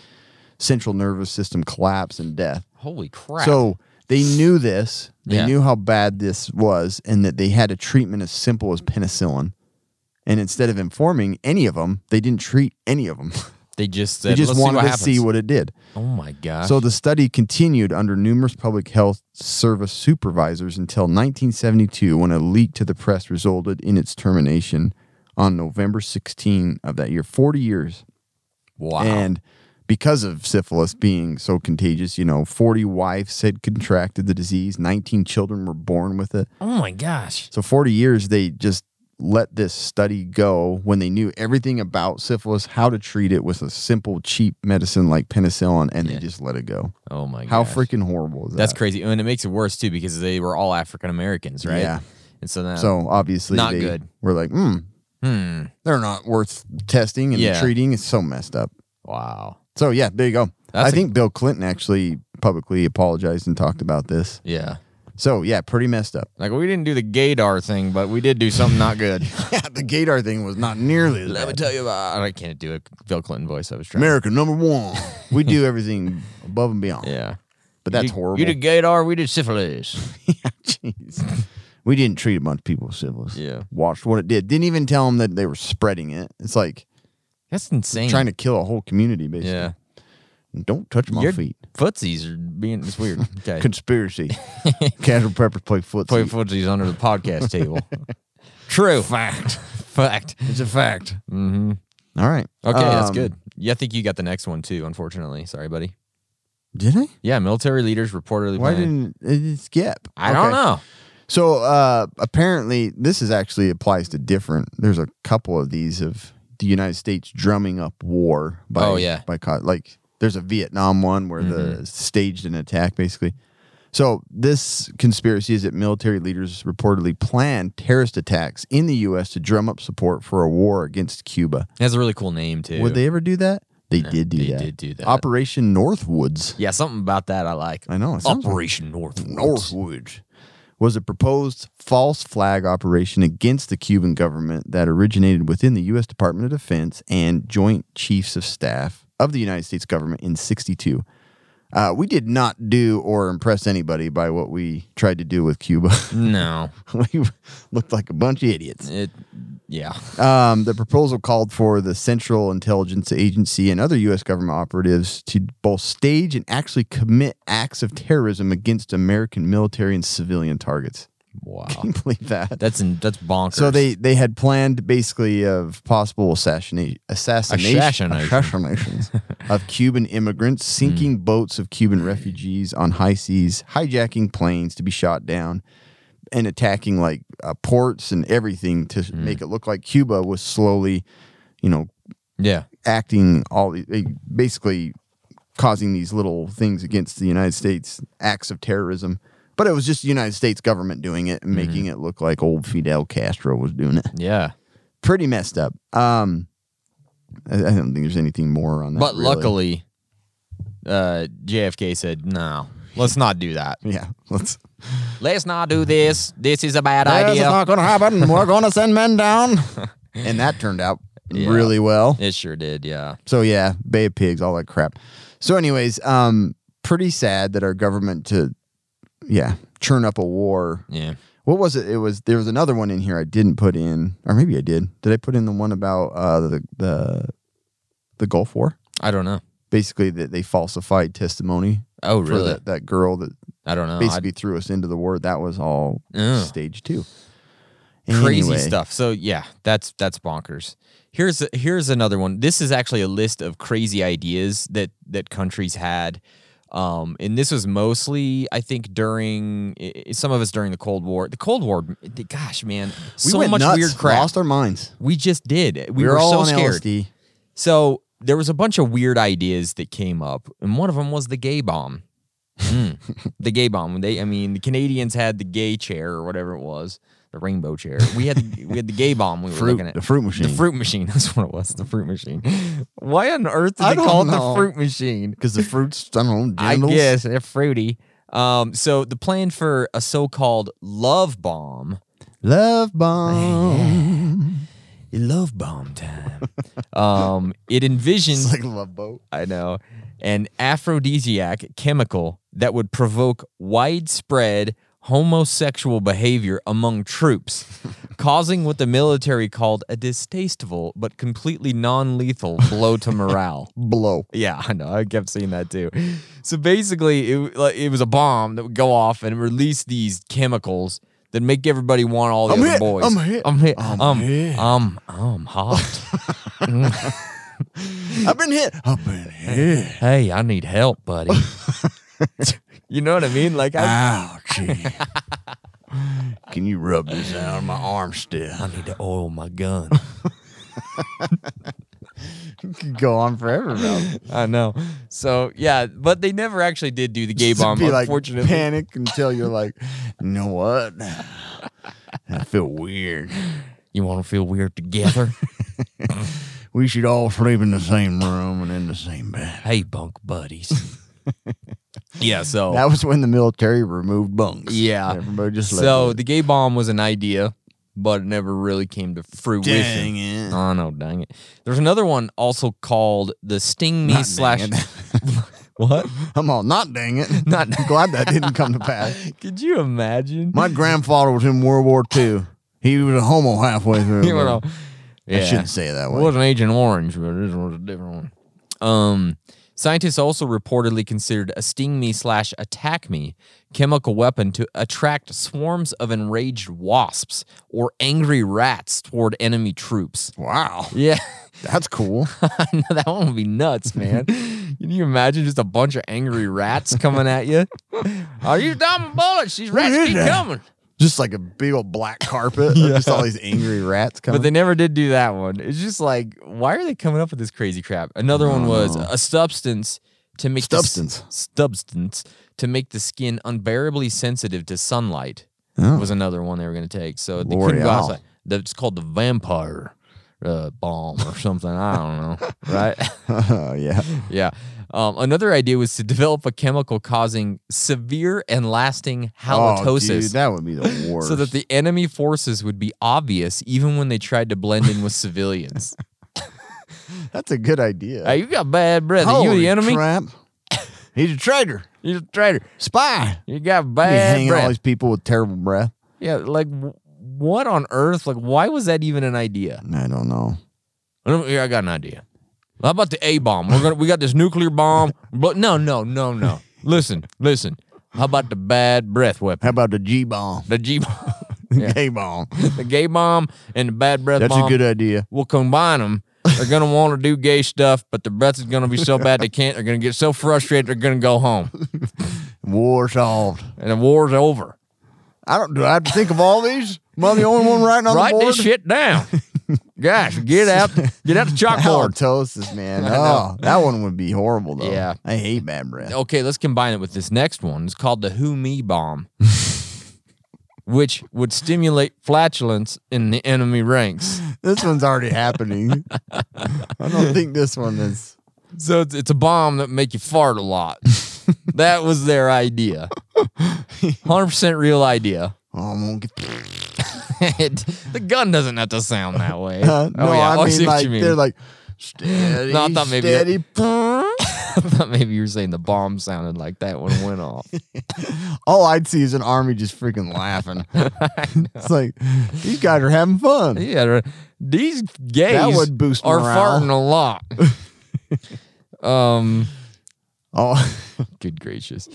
S3: central nervous system collapse, and death.
S2: Holy crap.
S3: So they knew this. They
S2: Yeah.
S3: knew how bad this was and that they had a treatment as simple as penicillin. And instead of informing any of them, they didn't treat any of them.
S2: they just said,
S3: they just
S2: let's see
S3: wanted
S2: what
S3: to
S2: happens.
S3: see what it did.
S2: oh my gosh.
S3: So the study continued under numerous public health service supervisors until 1972 when a leak to the press resulted in its termination on November 16 of that year, 40 years.
S2: wow.
S3: And because of syphilis being so contagious, you know, 40 wives had contracted the disease, 19 children were born with it.
S2: oh my gosh.
S3: So 40 years they just let this study go when they knew everything about syphilis, how to treat it with a simple cheap medicine like penicillin and
S2: Yeah.
S3: they just let it go.
S2: Oh my
S3: How
S2: gosh.
S3: freaking horrible is that?
S2: That's crazy. And it makes it worse too because they were all African Americans, right?
S3: Yeah.
S2: And so now
S3: So obviously
S2: Not
S3: they
S2: good.
S3: we're like, "Hmm,
S2: Hmm.
S3: They're not worth testing and
S2: Yeah.
S3: treating. It's so messed up.
S2: Wow.
S3: So yeah, there you go.
S2: That's
S3: I
S2: a-
S3: think Bill Clinton actually publicly apologized and talked about this.
S2: Yeah.
S3: So yeah, pretty messed up.
S2: Like we didn't do the gaydar thing, but we did do something not good.
S3: Yeah, the Gator thing was not nearly as
S2: Let me
S3: bad.
S2: tell you about. I can't do a Bill Clinton voice. I was trying.
S3: America number one. we do everything above and beyond.
S2: Yeah.
S3: But that's
S2: You-
S3: horrible.
S2: You did gaydar. We did syphilis.
S3: Jeez. We didn't treat a bunch of people with syphilis.
S2: Yeah.
S3: Watched what it did. Didn't even tell them that they were spreading it. It's like
S2: That's insane.
S3: trying to kill a whole community, basically.
S2: Yeah.
S3: Don't touch my
S2: Your
S3: feet.
S2: footsies are being. It's weird. Okay.
S3: Conspiracy. Casual preppers play footsie.
S2: Play footsies under the podcast table. True. Fact. Fact.
S3: It's a fact.
S2: Mm-hmm.
S3: All right.
S2: Okay, that's
S3: Um,
S2: good. Yeah, I think you got the next one too. Unfortunately, sorry, buddy.
S3: Did I?
S2: Yeah, military leaders reportedly.
S3: Why
S2: plan-
S3: didn't it skip?
S2: I don't
S3: Okay.
S2: know?
S3: So uh, apparently, this is actually applies to different. There's a couple of these of the United States drumming up war by
S2: Oh, yeah. Mm-hmm.
S3: by co- like there's a Vietnam one where the staged an attack basically. So this conspiracy is that military leaders reportedly planned terrorist attacks in the U.S. to drum up support for a war against Cuba.
S2: It has a really cool name too.
S3: Would they ever do that? They did do
S2: they
S3: that.
S2: did do that.
S3: Operation Northwoods.
S2: Yeah, something about that I like.
S3: I know. it sounds like-
S2: Operation North.
S3: Northwoods was a proposed false flag operation against the Cuban government that originated within the U.S. Department of Defense and Joint Chiefs of Staff of the United States government in 62. Uh, we did not do or impress anybody by what we tried to do with Cuba.
S2: No,
S3: we looked like a bunch of idiots.
S2: it. Yeah,
S3: Um, the proposal called for the Central Intelligence Agency and other U.S. government operatives to both stage and actually commit acts of terrorism against American military and civilian targets.
S2: wow.
S3: Can you believe that?
S2: That's in, that's bonkers.
S3: So they they had planned basically of possible assassination assassination
S2: Assassination.
S3: assassinations of Cuban immigrants, sinking boats of Cuban refugees on high seas, hijacking planes to be shot down, and attacking like uh, ports and everything to make it look like Cuba was slowly, you know,
S2: yeah
S3: acting all eh, basically causing these little things against the United States acts of terrorism. But it was just the United States government doing it and making it look like old Fidel Castro was doing it.
S2: yeah.
S3: Pretty messed up. Um, I, I don't think there's anything more on that.
S2: But
S3: really.
S2: luckily, uh, JFK said no. Let's not do that.
S3: yeah, let's.
S2: Let's not do this. This is a bad
S3: That's
S2: idea.
S3: not going to happen. We're going to send men down. and that turned out really well.
S2: it sure did. Yeah.
S3: So yeah, Bay of Pigs, all that crap. So, anyways, um, pretty sad that our government to, yeah, churn up a war.
S2: Yeah.
S3: What was it? It was there was another one in here I didn't put in, or maybe I did. Did I put in the one about uh, the the the Gulf War?
S2: I don't know.
S3: Basically, that they falsified testimony
S2: Oh
S3: for
S2: really?
S3: that, that girl that
S2: I don't know. I-
S3: basically threw us into the war. That was all
S2: Ugh.
S3: stage two.
S2: crazy
S3: Anyway,
S2: stuff. So yeah, that's that's bonkers. Here's here's another one. This is actually a list of crazy ideas that that countries had. Um, and this was mostly, I think, during i- i- some of us during the Cold War. The Cold War, the- gosh, man,
S3: We
S2: so
S3: went
S2: much
S3: nuts,
S2: weird crap.
S3: Lost our minds.
S2: we just did. We
S3: were,
S2: were,
S3: all
S2: so
S3: on
S2: scared.
S3: LSD.
S2: So there was a bunch of weird ideas that came up, and one of them was the gay bomb. Mm, the gay bomb. They, I mean, the Canadians had the gay chair or whatever it was, the rainbow chair. We had the, we had the gay bomb. We were
S3: Fruit,
S2: looking at
S3: the fruit machine.
S2: the fruit machine. That's what it was. The fruit machine. Why on earth did
S3: I
S2: they
S3: don't
S2: call
S3: know.
S2: it the fruit machine?
S3: because the fruits, I don't know,
S2: I
S3: genitals?
S2: guess they're fruity. Um, so the plan for a so-called love bomb
S3: Love bomb.
S2: Love bomb time. um, it envisioned
S3: It's like love boat.
S2: I know. An aphrodisiac chemical that would provoke widespread homosexual behavior among troops, causing what the military called a distasteful but completely non lethal blow to morale.
S3: Blow.
S2: Yeah, I know. I kept seeing that too. So basically, it, like, it was a bomb that would go off and release these chemicals that make everybody want all the
S3: I'm
S2: other
S3: hit,
S2: boys.
S3: I'm hit,
S2: I'm hit.
S3: I'm
S2: I'm,
S3: hit.
S2: I'm, I'm hot.
S3: I've been hit. I've been hit.
S2: hey, I need help, buddy. you know what I mean? Like
S3: Uh,
S2: I,
S3: Ouchie. Can you rub this out of my arm still?
S2: I need to oil my gun.
S3: could go on forever, bro.
S2: I know. So yeah, but they never actually did do the gay bomb.
S3: be like
S2: unfortunately,
S3: panic until you're like, you know what? I feel weird.
S2: You want to feel weird together?
S3: We should all sleep in the same room and in the same bed.
S2: hey, bunk buddies. yeah. So
S3: That was when the military removed bunks.
S2: Yeah.
S3: Everybody just left
S2: so
S3: it.
S2: the gay bomb was an idea, but it never really came to fruition.
S3: Dang it.
S2: Oh no, dang it! There's another one also called the Sting Me
S3: Not dang
S2: slash
S3: it.
S2: what?
S3: I'm all not dang it.
S2: Not-
S3: I'm glad that didn't come to pass.
S2: Could you imagine?
S3: My grandfather was in World War II. He was a homo halfway through.
S2: You know,
S3: I
S2: yeah.
S3: shouldn't say it that
S2: It
S3: way.
S2: wasn't Agent Orange, but this was a different one. Um, scientists also reportedly considered a sting me slash attack me chemical weapon to attract swarms of enraged wasps or angry rats toward enemy troops.
S3: Wow.
S2: Yeah,
S3: That's cool.
S2: I know, that one would be nuts, man. Can you imagine just a bunch of angry rats coming at you? Are you dumb bullets? These
S3: What
S2: rats
S3: is
S2: keep
S3: that?
S2: coming.
S3: Just like a big old black carpet. of Just all these angry rats coming.
S2: But they never did do that one. It's just like, why are they coming up with this crazy crap? Another one was a substance to make the s-
S3: Uh-huh. Substance.
S2: substance to make the skin unbearably sensitive to sunlight
S3: Oh.
S2: was another one they were going to take. So they couldn't go
S3: L'Oreal.
S2: outside. The- It's called the vampire uh, bomb or something. I don't know, right?
S3: Oh, yeah.
S2: yeah. Um, another idea was to develop a chemical causing severe and lasting
S3: Oh, dude,
S2: halitosis.
S3: that would be the worst.
S2: so that the enemy forces would be obvious even when they tried to blend in with civilians.
S3: That's a good idea.
S2: Hey, you got bad breath. Are you
S3: Holy
S2: the enemy?
S3: crap. He's a traitor.
S2: You're a traitor.
S3: Spy.
S2: You got
S3: He's
S2: bad
S3: hanging all
S2: breath.
S3: these people with terrible breath.
S2: Yeah, like w- what on earth? Like, why was that even an idea?
S3: I don't know.
S2: I don't- Here, I got an idea. How about the A bomb? We're gonna we got this nuclear bomb. But no, no, no, no. Listen, listen. How about the bad breath weapon?
S3: How about the G bomb?
S2: The G bomb,
S3: The K bomb.
S2: the gay bomb, and the bad breath
S3: That's
S2: bomb.
S3: a good idea.
S2: we'll combine them. They're gonna want to do gay stuff, but their breath is gonna be so bad they can't. They're gonna get so frustrated they're gonna go home,
S3: War solved.
S2: and the war's over.
S3: I don't. Do I have to think of all these? Am I the only one writing on
S2: Write
S3: the board?
S2: this shit down, guys. Get out, get out the chalkboard.
S3: Halitosis, man.
S2: know.
S3: Oh, that one would be horrible though.
S2: Yeah.
S3: I hate bad breath.
S2: Okay, let's combine it with this next one. It's called the Who Me Bomb, which would stimulate flatulence in the enemy ranks.
S3: This one's already happening. I don't think this one is.
S2: So it's, it's a bomb that make you fart a lot. that was their idea. 100% real idea.
S3: Oh, I'm gonna get.
S2: It- the gun doesn't have to sound that way.
S3: Uh, no, I
S2: Oh,
S3: mean
S2: see what
S3: like
S2: you mean.
S3: they're like steady,
S2: No, I thought maybe that-
S3: steady.
S2: I thought maybe you were saying the bomb sounded like that when it went off.
S3: All I'd see is an army just freaking laughing. it's like these guys are having fun.
S2: yeah, right. these gays
S3: That would boost
S2: are
S3: morale.
S2: farting a lot. um,
S3: Oh,
S2: good gracious.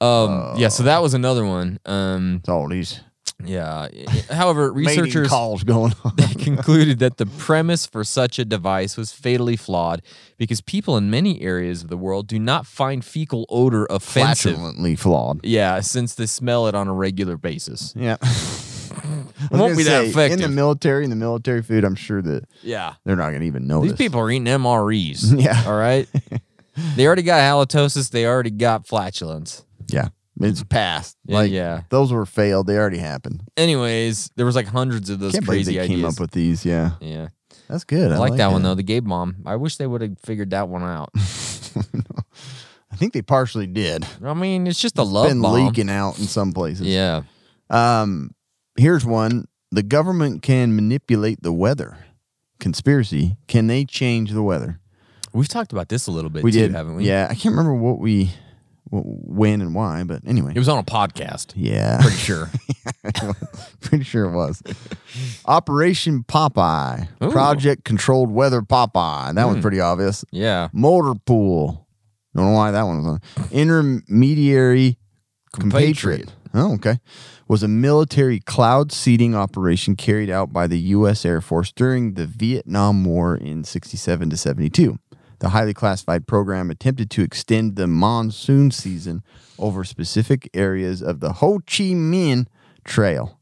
S2: Um, yeah, so
S3: Uh.
S2: that was another one. Um,
S3: it's all these
S2: yeah. However,
S3: mating
S2: researchers
S3: calls going on.
S2: they concluded that the premise for such a device was fatally flawed because people in many areas of the world do not find fecal odor offensive.
S3: Flatulently flawed.
S2: Yeah, since they smell it on a regular basis.
S3: Yeah.
S2: Won't be that
S3: In the
S2: effective.
S3: military, in the military food, I'm sure that
S2: Yeah.
S3: they're not going to even notice.
S2: These people are eating MREs.
S3: Yeah.
S2: All right. they already got halitosis. They already got flatulence.
S3: Yeah. It's past.
S2: Yeah,
S3: like,
S2: yeah.
S3: Those were failed. They already happened.
S2: Anyways, there was like hundreds of those
S3: Can't believe
S2: crazy
S3: they
S2: ideas.
S3: came up with these. Yeah.
S2: yeah.
S3: That's good.
S2: I like, that one
S3: it.
S2: though, the gay bomb. I wish they would have figured that one out.
S3: I think they partially did. It's
S2: I mean, it's just a love
S3: been
S2: bomb.
S3: leaking out in some places.
S2: Yeah.
S3: Um, here's one. The government can manipulate the weather. Conspiracy. Can they change the weather?
S2: We've talked about this a little bit
S3: We
S2: too,
S3: did,
S2: haven't we?
S3: Yeah, I can't remember what we, what, when and why, but anyway.
S2: It was on a podcast.
S3: yeah.
S2: Pretty sure.
S3: Pretty sure it was. Operation Popeye.
S2: Ooh. Hmm.
S3: Project Controlled Weather Popeye. That one's pretty obvious.
S2: yeah.
S3: Motor Pool. Don't know why that one was on. Intermediary compatriot. Oh, okay. Was a military cloud seeding operation carried out by the U.S. Air Force during the Vietnam War in 67 to 72. The highly classified program attempted to extend the monsoon season over specific areas of the Ho Chi Minh Trail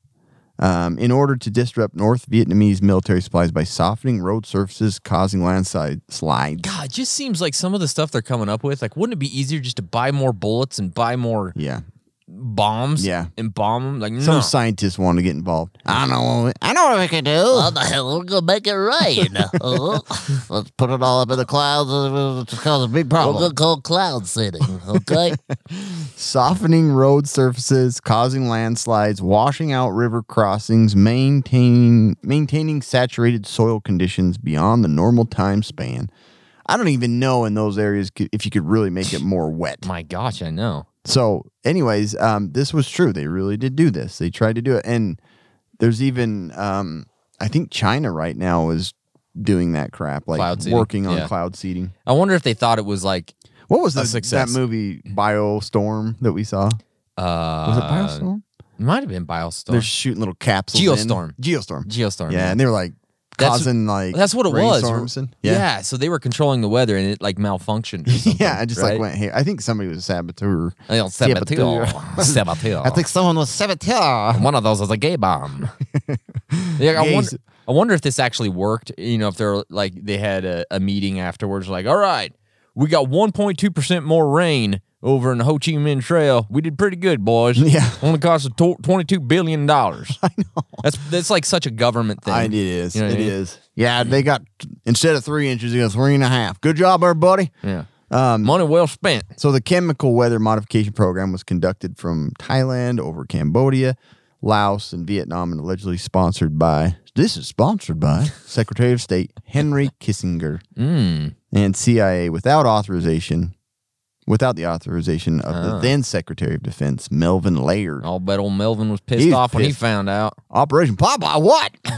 S3: um, in order to disrupt North Vietnamese military supplies by softening road surfaces, causing landslide slides.
S2: God, it just seems like some of the stuff they're coming up with, like, wouldn't it be easier just to buy more bullets and buy more
S3: Yeah.
S2: bombs
S3: Yeah.
S2: and bomb them. Like,
S3: Some
S2: no.
S3: scientists want to get involved. I know. I know what we can do.
S4: Well, the hell, we're gonna make it rain. Uh,
S3: Let's put it all up in the clouds. It's cause a big
S4: we're
S3: problem.
S4: gonna call cloud city, okay?
S3: Softening road surfaces, causing landslides, washing out river crossings, maintaining maintaining saturated soil conditions beyond the normal time span. I don't even know in those areas c- if you could really make it more wet.
S2: My gosh, I know.
S3: So, anyways, um, this was true. They really did do this. They tried to do it, and there's even um, I think China right now is doing that crap, like
S2: Cloud seeding,
S3: working on
S2: yeah.
S3: cloud seeding.
S2: I wonder if they thought it was like,
S3: What was
S2: A
S3: the, that
S2: success.
S3: movie Biostorm that we saw?
S2: uh,
S3: Was it Biostorm?
S2: Might have been Biostorm.
S3: They're shooting little capsules.
S2: Geostorm.
S3: In. Geostorm.
S2: Geostorm.
S3: Yeah, and they were like
S2: That's-
S3: causing like
S2: that's what it was.
S3: rainstorms and-
S2: Yeah.
S3: yeah,
S2: so they were controlling the weather and it like malfunctioned. Or
S3: yeah.
S2: something,
S3: I just
S2: right?
S3: like went. Hey, I think somebody was a saboteur.
S2: I don't saboteur.
S3: Saboteur.
S2: Saboteur.
S3: I think someone was saboteur.
S2: one of those is a gay bomb. yeah, I
S3: Gays.
S2: wonder, I wonder if this actually worked. You know, if they're like they had a, a meeting afterwards, like, all right, we got 1.2 percent more rain over in the Ho Chi Minh Trail. We did pretty good, boys.
S3: Yeah.
S2: only cost us tw- 22 billion dollars. I know. That's that's like such a government thing.
S3: I, it is.
S2: You know
S3: it
S2: what
S3: is.
S2: I mean?
S3: Yeah, they got instead of three inches, they got three and a half. Good job, everybody.
S2: Yeah.
S3: Um,
S2: Money well spent.
S3: So the chemical weather modification program was conducted from Thailand over Cambodia, Laos, and Vietnam, and allegedly sponsored by. This is sponsored by Secretary of State Henry Kissinger
S2: Mm.
S3: and CIA without authorization, without the authorization of the
S2: Ah.
S3: then Secretary of Defense Melvin Laird.
S2: I'll bet old Melvin was pissed
S3: He's
S2: off when he
S3: pissed.
S2: found out.
S3: Operation Popeye, what? I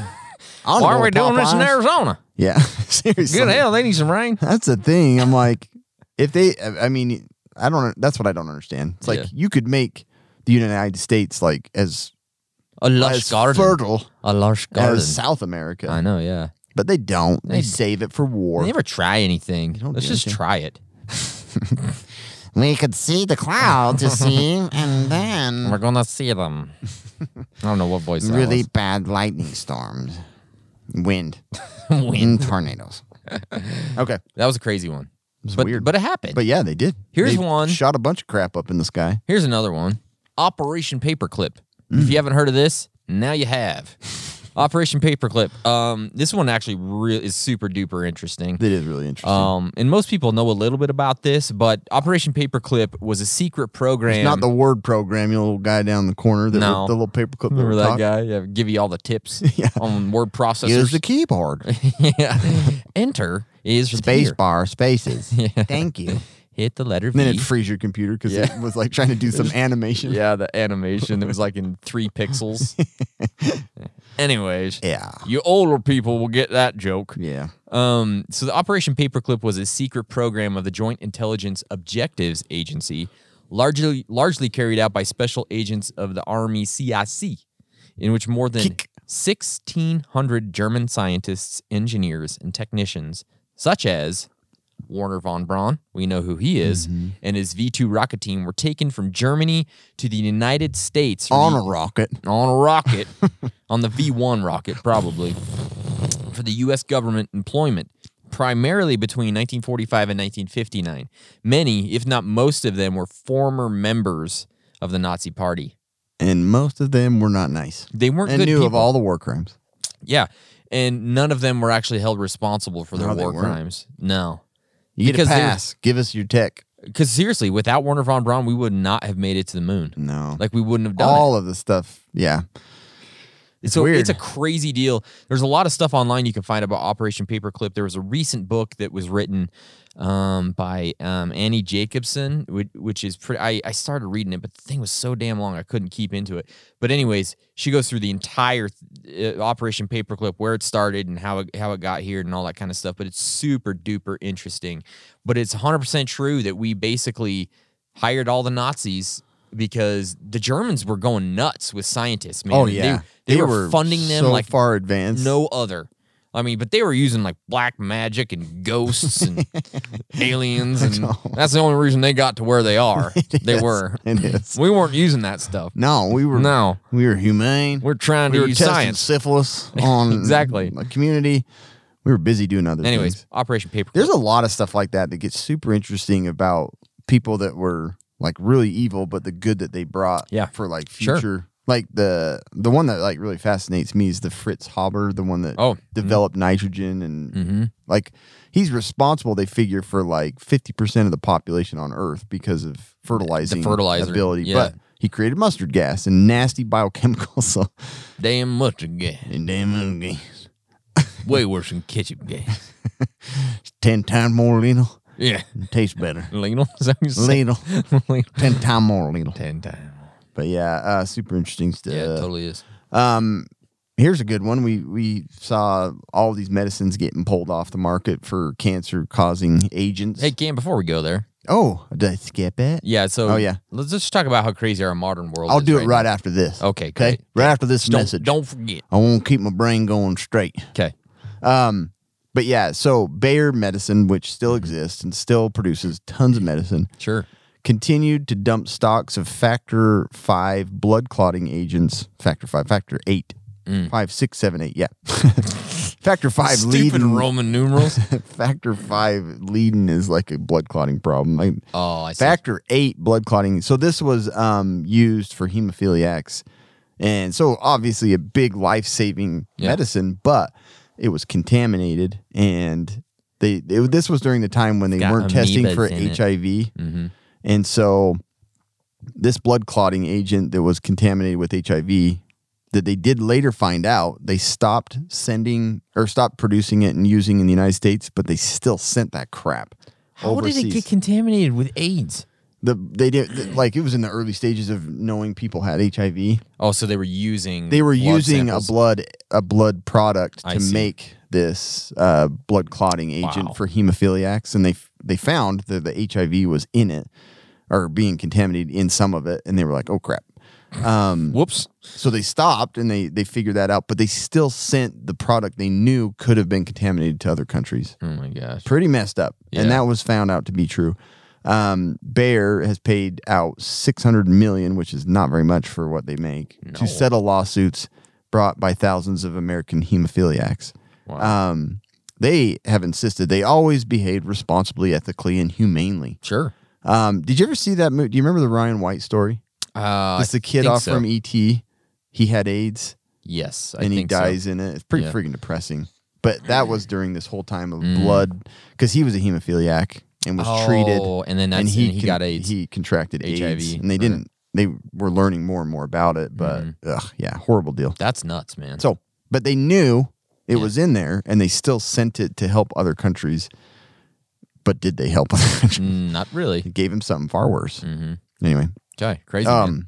S3: don't
S2: Why are
S3: know
S2: we
S3: what
S2: doing this in
S3: Popeyes-
S2: Arizona?
S3: Yeah, seriously.
S2: Good hell, they need some rain.
S3: That's the thing. I'm like, if they, I I mean, I don't. That's what I don't understand. It's like
S2: Yeah.
S3: you could make the United States like as,
S2: A lush
S3: as
S2: garden.
S3: fertile
S2: A lush garden.
S3: as South
S2: I
S3: America,
S2: know, yeah.
S3: but they don't. They,
S2: They-
S3: save it for war.
S2: They never try anything.
S3: don't
S2: Let's
S3: do
S2: just
S3: anything.
S2: try it.
S4: we could see the clouds, you see, and
S2: We're
S3: Mm.
S4: then
S2: gonna see them. I don't know what voice that
S4: really bad lightning storms,
S3: Wind.
S2: was. Wind.
S4: wind tornadoes.
S3: Okay,
S2: That was a crazy one.
S3: it's
S2: But
S3: weird.
S2: but it happened.
S3: but yeah, they did.
S2: Here's
S3: They
S2: one.
S3: Shot a bunch of crap up in the sky.
S2: Here's another one. Operation Paperclip.
S3: Mm.
S2: If you haven't heard of this, now you have. Operation Paperclip. Um, this one actually real is super duper interesting.
S3: That is really interesting.
S2: Um, and most people know a little bit about this, but Operation Paperclip was a secret program.
S3: it's not the word program, you little guy down in the corner. That
S2: No.
S3: the little paperclip.
S2: remember
S3: we
S2: that
S3: talked-
S2: guy? Yeah, give you all the tips
S3: Yeah.
S2: on word processors.
S3: Use the keyboard.
S2: yeah. Enter is from
S3: Space
S2: here.
S3: bar spaces.
S2: Yeah.
S3: Thank you.
S2: Hit the letter
S3: And then
S2: V.
S3: it frees your computer because
S2: Yeah.
S3: it was like trying to do some animation.
S2: yeah, the animation that was like in three pixels. Anyways,
S3: Yeah.
S2: you older people will get that joke.
S3: Yeah.
S2: Um, so the Operation Paperclip was a secret program of the Joint Intelligence Objectives Agency, largely largely carried out by special agents of the Army CIC, in which more than
S3: Kick.
S2: 1,600 German scientists, engineers, and technicians, such as Warner von Braun, we know who he
S3: Mm-hmm.
S2: is, and his V 2 rocket team were taken from Germany to the United States for
S3: On
S2: the-
S3: a rocket.
S2: on a rocket, on the V 1 rocket, probably, for the U.S. government employment, primarily between 1945 and 1959. Many, if not most of them, were former members of the Nazi Party.
S3: And most of them were not nice
S2: They weren't
S3: and
S2: good
S3: knew
S2: people.
S3: of all the war crimes.
S2: yeah. And none of them were actually held responsible for their
S3: No, they
S2: war
S3: weren't.
S2: crimes. No.
S3: You
S2: Because
S3: get
S2: they
S3: a
S2: were-
S3: pass. Give us your tech.
S2: Because seriously, without Werner von Braun, we would not have made it to the moon.
S3: No.
S2: Like, we wouldn't have done it.
S3: all of the stuff. Yeah. It's
S2: so
S3: weird.
S2: it's a crazy deal. There's a lot of stuff online you can find about Operation Paperclip. There was a recent book that was written um, by um, Annie Jacobson, which, which is pretty. I, I started reading it, but the thing was so damn long I couldn't keep into it. But anyways, she goes through the entire uh, Operation Paperclip, where it started and how it, how it got here and all that kind of stuff. But it's super duper interesting. But it's 100 percent true that we basically hired all the Nazis. Because the Germans were going nuts with scientists, man.
S3: oh,
S2: They-
S3: yeah.
S2: they, were, funding them
S3: so
S2: like
S3: far advanced.
S2: no other. I mean, but they were using like black magic and ghosts and aliens, and that's the only reason they got to where they are. they
S3: Yes,
S2: were.
S3: It is.
S2: We weren't using that stuff.
S3: No, we were.
S2: No,
S3: We were humane.
S2: we're trying
S3: we
S2: to
S3: were
S2: use
S3: testing
S2: science.
S3: syphilis on
S2: Exactly.
S3: a community. We were busy doing other
S2: Anyways,
S3: things.
S2: Operation Paperclip.
S3: There's a lot of stuff like that that gets super interesting about people that were like really evil, but the good that they brought
S2: Yeah.
S3: for like
S2: Sure.
S3: future. Like the the one that like really fascinates me is the Fritz Haber, the one that
S2: Oh,
S3: developed nitrogen and
S2: Mm-hmm.
S3: like he's responsible they figure for like 50% of the population on earth because of fertilizing
S2: fertilizer,
S3: ability
S2: yeah.
S3: but he created mustard gas and nasty biochemical so
S2: Damn mustard gas.
S3: and damn uh,
S2: Way worse than ketchup gas.
S3: 10 times more lethal
S2: Yeah.
S3: and tastes better
S2: Lenal? Is that what you said?
S3: lethal
S2: Lenal.
S3: 10 times more lethal
S2: Ten times.
S3: but yeah uh, super interesting stuff
S2: Yeah, it totally is.
S3: Um, here's a good one. We we saw all these medicines getting pulled off the market for cancer causing agents.
S2: Hey, Cam, before we go there.
S3: oh, did I skip it?
S2: Yeah, so
S3: Oh, yeah.
S2: let's just talk about how crazy our modern world
S3: I'll
S2: is.
S3: do it right
S2: now.
S3: after this.
S2: Okay,
S3: Okay.
S2: great.
S3: Right after this
S2: Don't,
S3: message.
S2: don't forget.
S3: I want to keep my brain going straight.
S2: Okay.
S3: Um, but yeah, so Bayer Medicine, which still exists and still produces tons of medicine,
S2: Sure.
S3: continued to dump stocks of factor five blood clotting agents, factor five, factor eight, five, six, seven, eight, yeah. factor five
S2: Stupid
S3: leading
S2: Roman numerals.
S3: factor five leading is like a blood clotting problem. Like
S2: oh, I see.
S3: factor eight blood clotting. So this was um, used for hemophiliacs, and so obviously a big life saving
S2: Yeah.
S3: medicine, but it was contaminated, and they it, this was during the time when they
S2: got
S3: weren't testing
S2: amoebas
S3: for
S2: in it.
S3: HIV,
S2: Mhm.
S3: and so this blood clotting agent that was contaminated with HIV. That they did later find out, they stopped sending or stopped producing it and using in the United States, but they still sent that crap.
S2: How
S3: overseas
S2: did it get contaminated with AIDS?
S3: the they
S2: Mm.
S3: did like it was in the early stages of knowing people had HIV.
S2: Oh, so they were using
S3: They were
S2: blood
S3: using
S2: samples.
S3: a blood a blood product
S2: I
S3: to
S2: see.
S3: make this uh, blood clotting agent
S2: Wow.
S3: for hemophiliacs, and they f- they found that the HIV was in it or being contaminated in some of it, and they were like, oh crap. Um,
S2: Whoops.
S3: so they stopped and they they figured that out, but they still sent the product they knew could have been contaminated to other countries
S2: Oh my gosh.
S3: pretty messed up. And
S2: Yeah.
S3: that was found out to be true. Um, Bayer has paid out 600 million, which is not very much for what they make,
S2: No.
S3: to settle lawsuits brought by thousands of American hemophiliacs.
S2: Wow.
S3: Um, they have insisted they always behaved responsibly, ethically, and humanely.
S2: sure.
S3: Um, did you ever see that movie? Do you remember the Ryan White story?
S2: Uh,
S3: It's the kid
S2: think
S3: off
S2: so.
S3: from ET. He had AIDS
S2: yes, I
S3: and he
S2: think so.
S3: dies in it. It's pretty
S2: Yeah.
S3: freaking depressing. But that was during this whole time of
S2: Mm.
S3: blood because he was a hemophiliac and was treated,
S2: Oh, and then that's,
S3: and he
S2: got
S3: con-
S2: AIDS.
S3: He contracted AIDS,
S2: HIV.
S3: and they
S2: Right.
S3: didn't. They were learning more and more about it, but
S2: Mhm.
S3: ugh, yeah, horrible deal.
S2: that's nuts, man.
S3: So, but they knew it
S2: Yeah.
S3: was in there, and they still sent it to help other countries. But did they help other countries?
S2: Mm, not really.
S3: It gave him something far worse.
S2: Mm-hmm.
S3: Anyway,
S2: Okay, crazy. man.
S3: um,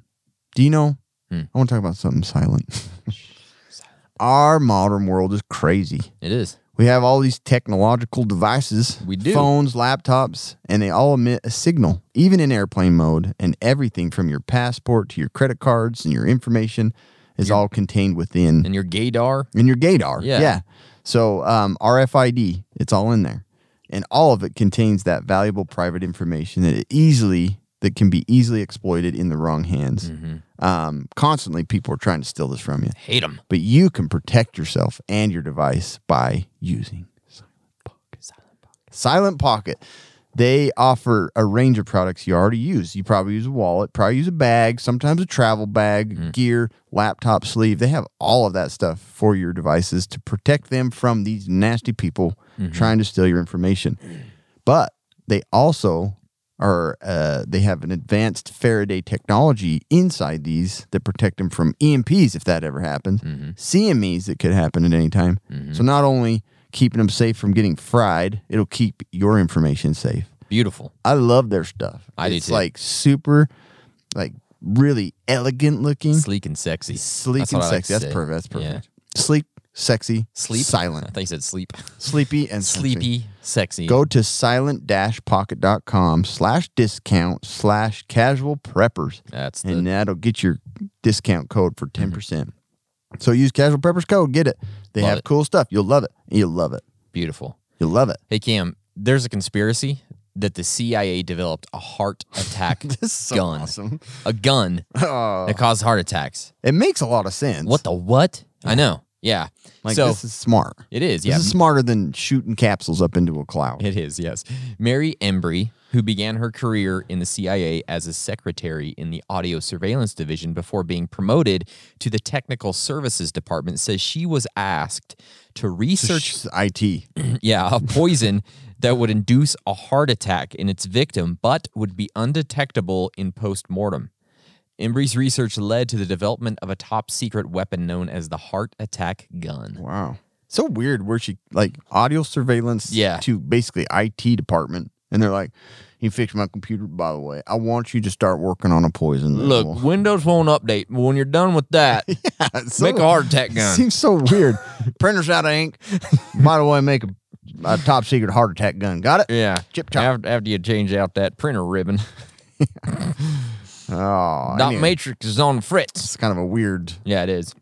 S3: do you know?
S2: Hmm.
S3: I want to talk about something silent. Our modern world is crazy.
S2: It is.
S3: We have all these technological devices.
S2: We do.
S3: Phones, laptops, and they all emit a signal, even in airplane mode. And everything from your passport to your credit cards and your information is all contained within
S2: And your gaydar.
S3: in your gaydar.
S2: Yeah.
S3: So um, RFID, it's all in there, and all of it contains that valuable private information that it easily that can be easily exploited in the wrong hands. Um, constantly, people are trying to steal this from you,
S2: Hate them.
S3: but you can protect yourself and your device by using Silent Pocket. They offer a range of products you already use. You probably use a wallet, probably use a bag, sometimes a travel bag, gear, laptop sleeve. They have all of that stuff for your devices to protect them from these nasty people trying to steal your information. But they also are uh, they have an advanced Faraday technology inside these that protect them from EMPs if that ever happens, CMEs that could happen at any time.
S2: Mm-hmm.
S3: So not only keeping them safe from getting fried, it'll keep your information safe.
S2: Beautiful.
S3: I love their stuff.
S2: I do
S3: it's
S2: too.
S3: like super, like really elegant looking,
S2: Sleek and sexy.
S3: Hmm? sleek
S2: That's
S3: and
S2: what I like
S3: sexy.
S2: to
S3: That's
S2: say.
S3: perfect. That's perfect.
S2: Yeah.
S3: Sleek, sexy,
S2: Sleep. I
S3: silent,
S2: thought you said sleep.
S3: sleepy, and sexy.
S2: Sleepy, sexy.
S3: Go to silent-pocket.com slash discount slash casual preppers,
S2: That's the Mm-hmm.
S3: and that'll get your discount code for 10%. percent So use casual preppers code, get it. They
S2: Love
S3: have
S2: it.
S3: cool stuff. You'll love it. You'll love it.
S2: beautiful.
S3: You'll love it.
S2: Hey Cam, there's a conspiracy that the CIA developed a heart attack gun,
S3: awesome.
S2: a gun
S3: Oh,
S2: that caused heart attacks.
S3: it makes a lot of sense.
S2: What the what? I know. Yeah.
S3: Like
S2: so
S3: this is smart.
S2: it is. Yeah.
S3: This is smarter than shooting capsules up into a cloud.
S2: It is, yes. Mary Embry, who began her career in the CIA as a secretary in the audio surveillance division before being promoted to the technical services department, says she was asked to research
S3: It's IT.
S2: yeah, a poison that would induce a heart attack in its victim, but would be undetectable in postmortem. Embry's research led to the development of a top secret weapon known as the heart attack gun.
S3: Wow. So weird where she like audio surveillance
S2: Yeah.
S3: to basically IT department. And they're like, you fixed my computer, by the way. I want you to start working on a poison. that
S2: Look,
S3: will-"
S2: Windows phone update. When you're done with that,
S3: So-
S2: make a heart attack gun.
S3: Seems so weird. Printer's out of ink. By the way, make a, a top secret heart attack gun. Got it?
S2: yeah.
S3: Chip chop.
S2: After, after you change out that printer ribbon,
S3: Oh,
S2: dot
S3: anyway,
S2: matrix is on the fritz.
S3: It's kind of a weird.
S2: Yeah, it is.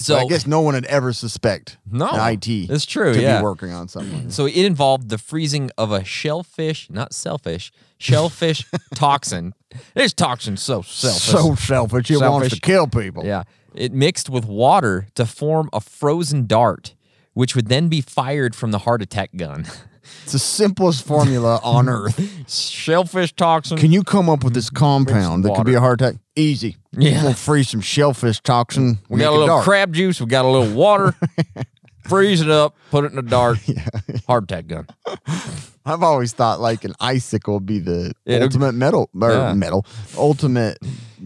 S2: So
S3: So I guess no one would ever suspect
S2: No,
S3: an IT.
S2: it's true,
S3: To
S2: yeah.
S3: be working on something.
S2: So it involved the freezing of a shellfish, not selfish, shellfish toxin. This toxin's so selfish.
S3: So selfish. It wants
S2: Selfish.
S3: to kill people.
S2: yeah. It mixed with water to form a frozen dart, which would then be fired from the heart attack gun.
S3: It's the simplest formula on earth.
S2: shellfish toxin.
S3: Can you come up with this compound that could be
S2: water.
S3: a heart attack? Easy.
S2: Yeah.
S3: We'll freeze some shellfish toxin.
S2: we got a little crab juice, we got a little water. Freeze it up, put it in a dart. Heart attack gun.
S3: I've always thought like an icicle would be the
S2: Yeah, it'll-
S3: ultimate metal or
S2: Yeah.
S3: metal ultimate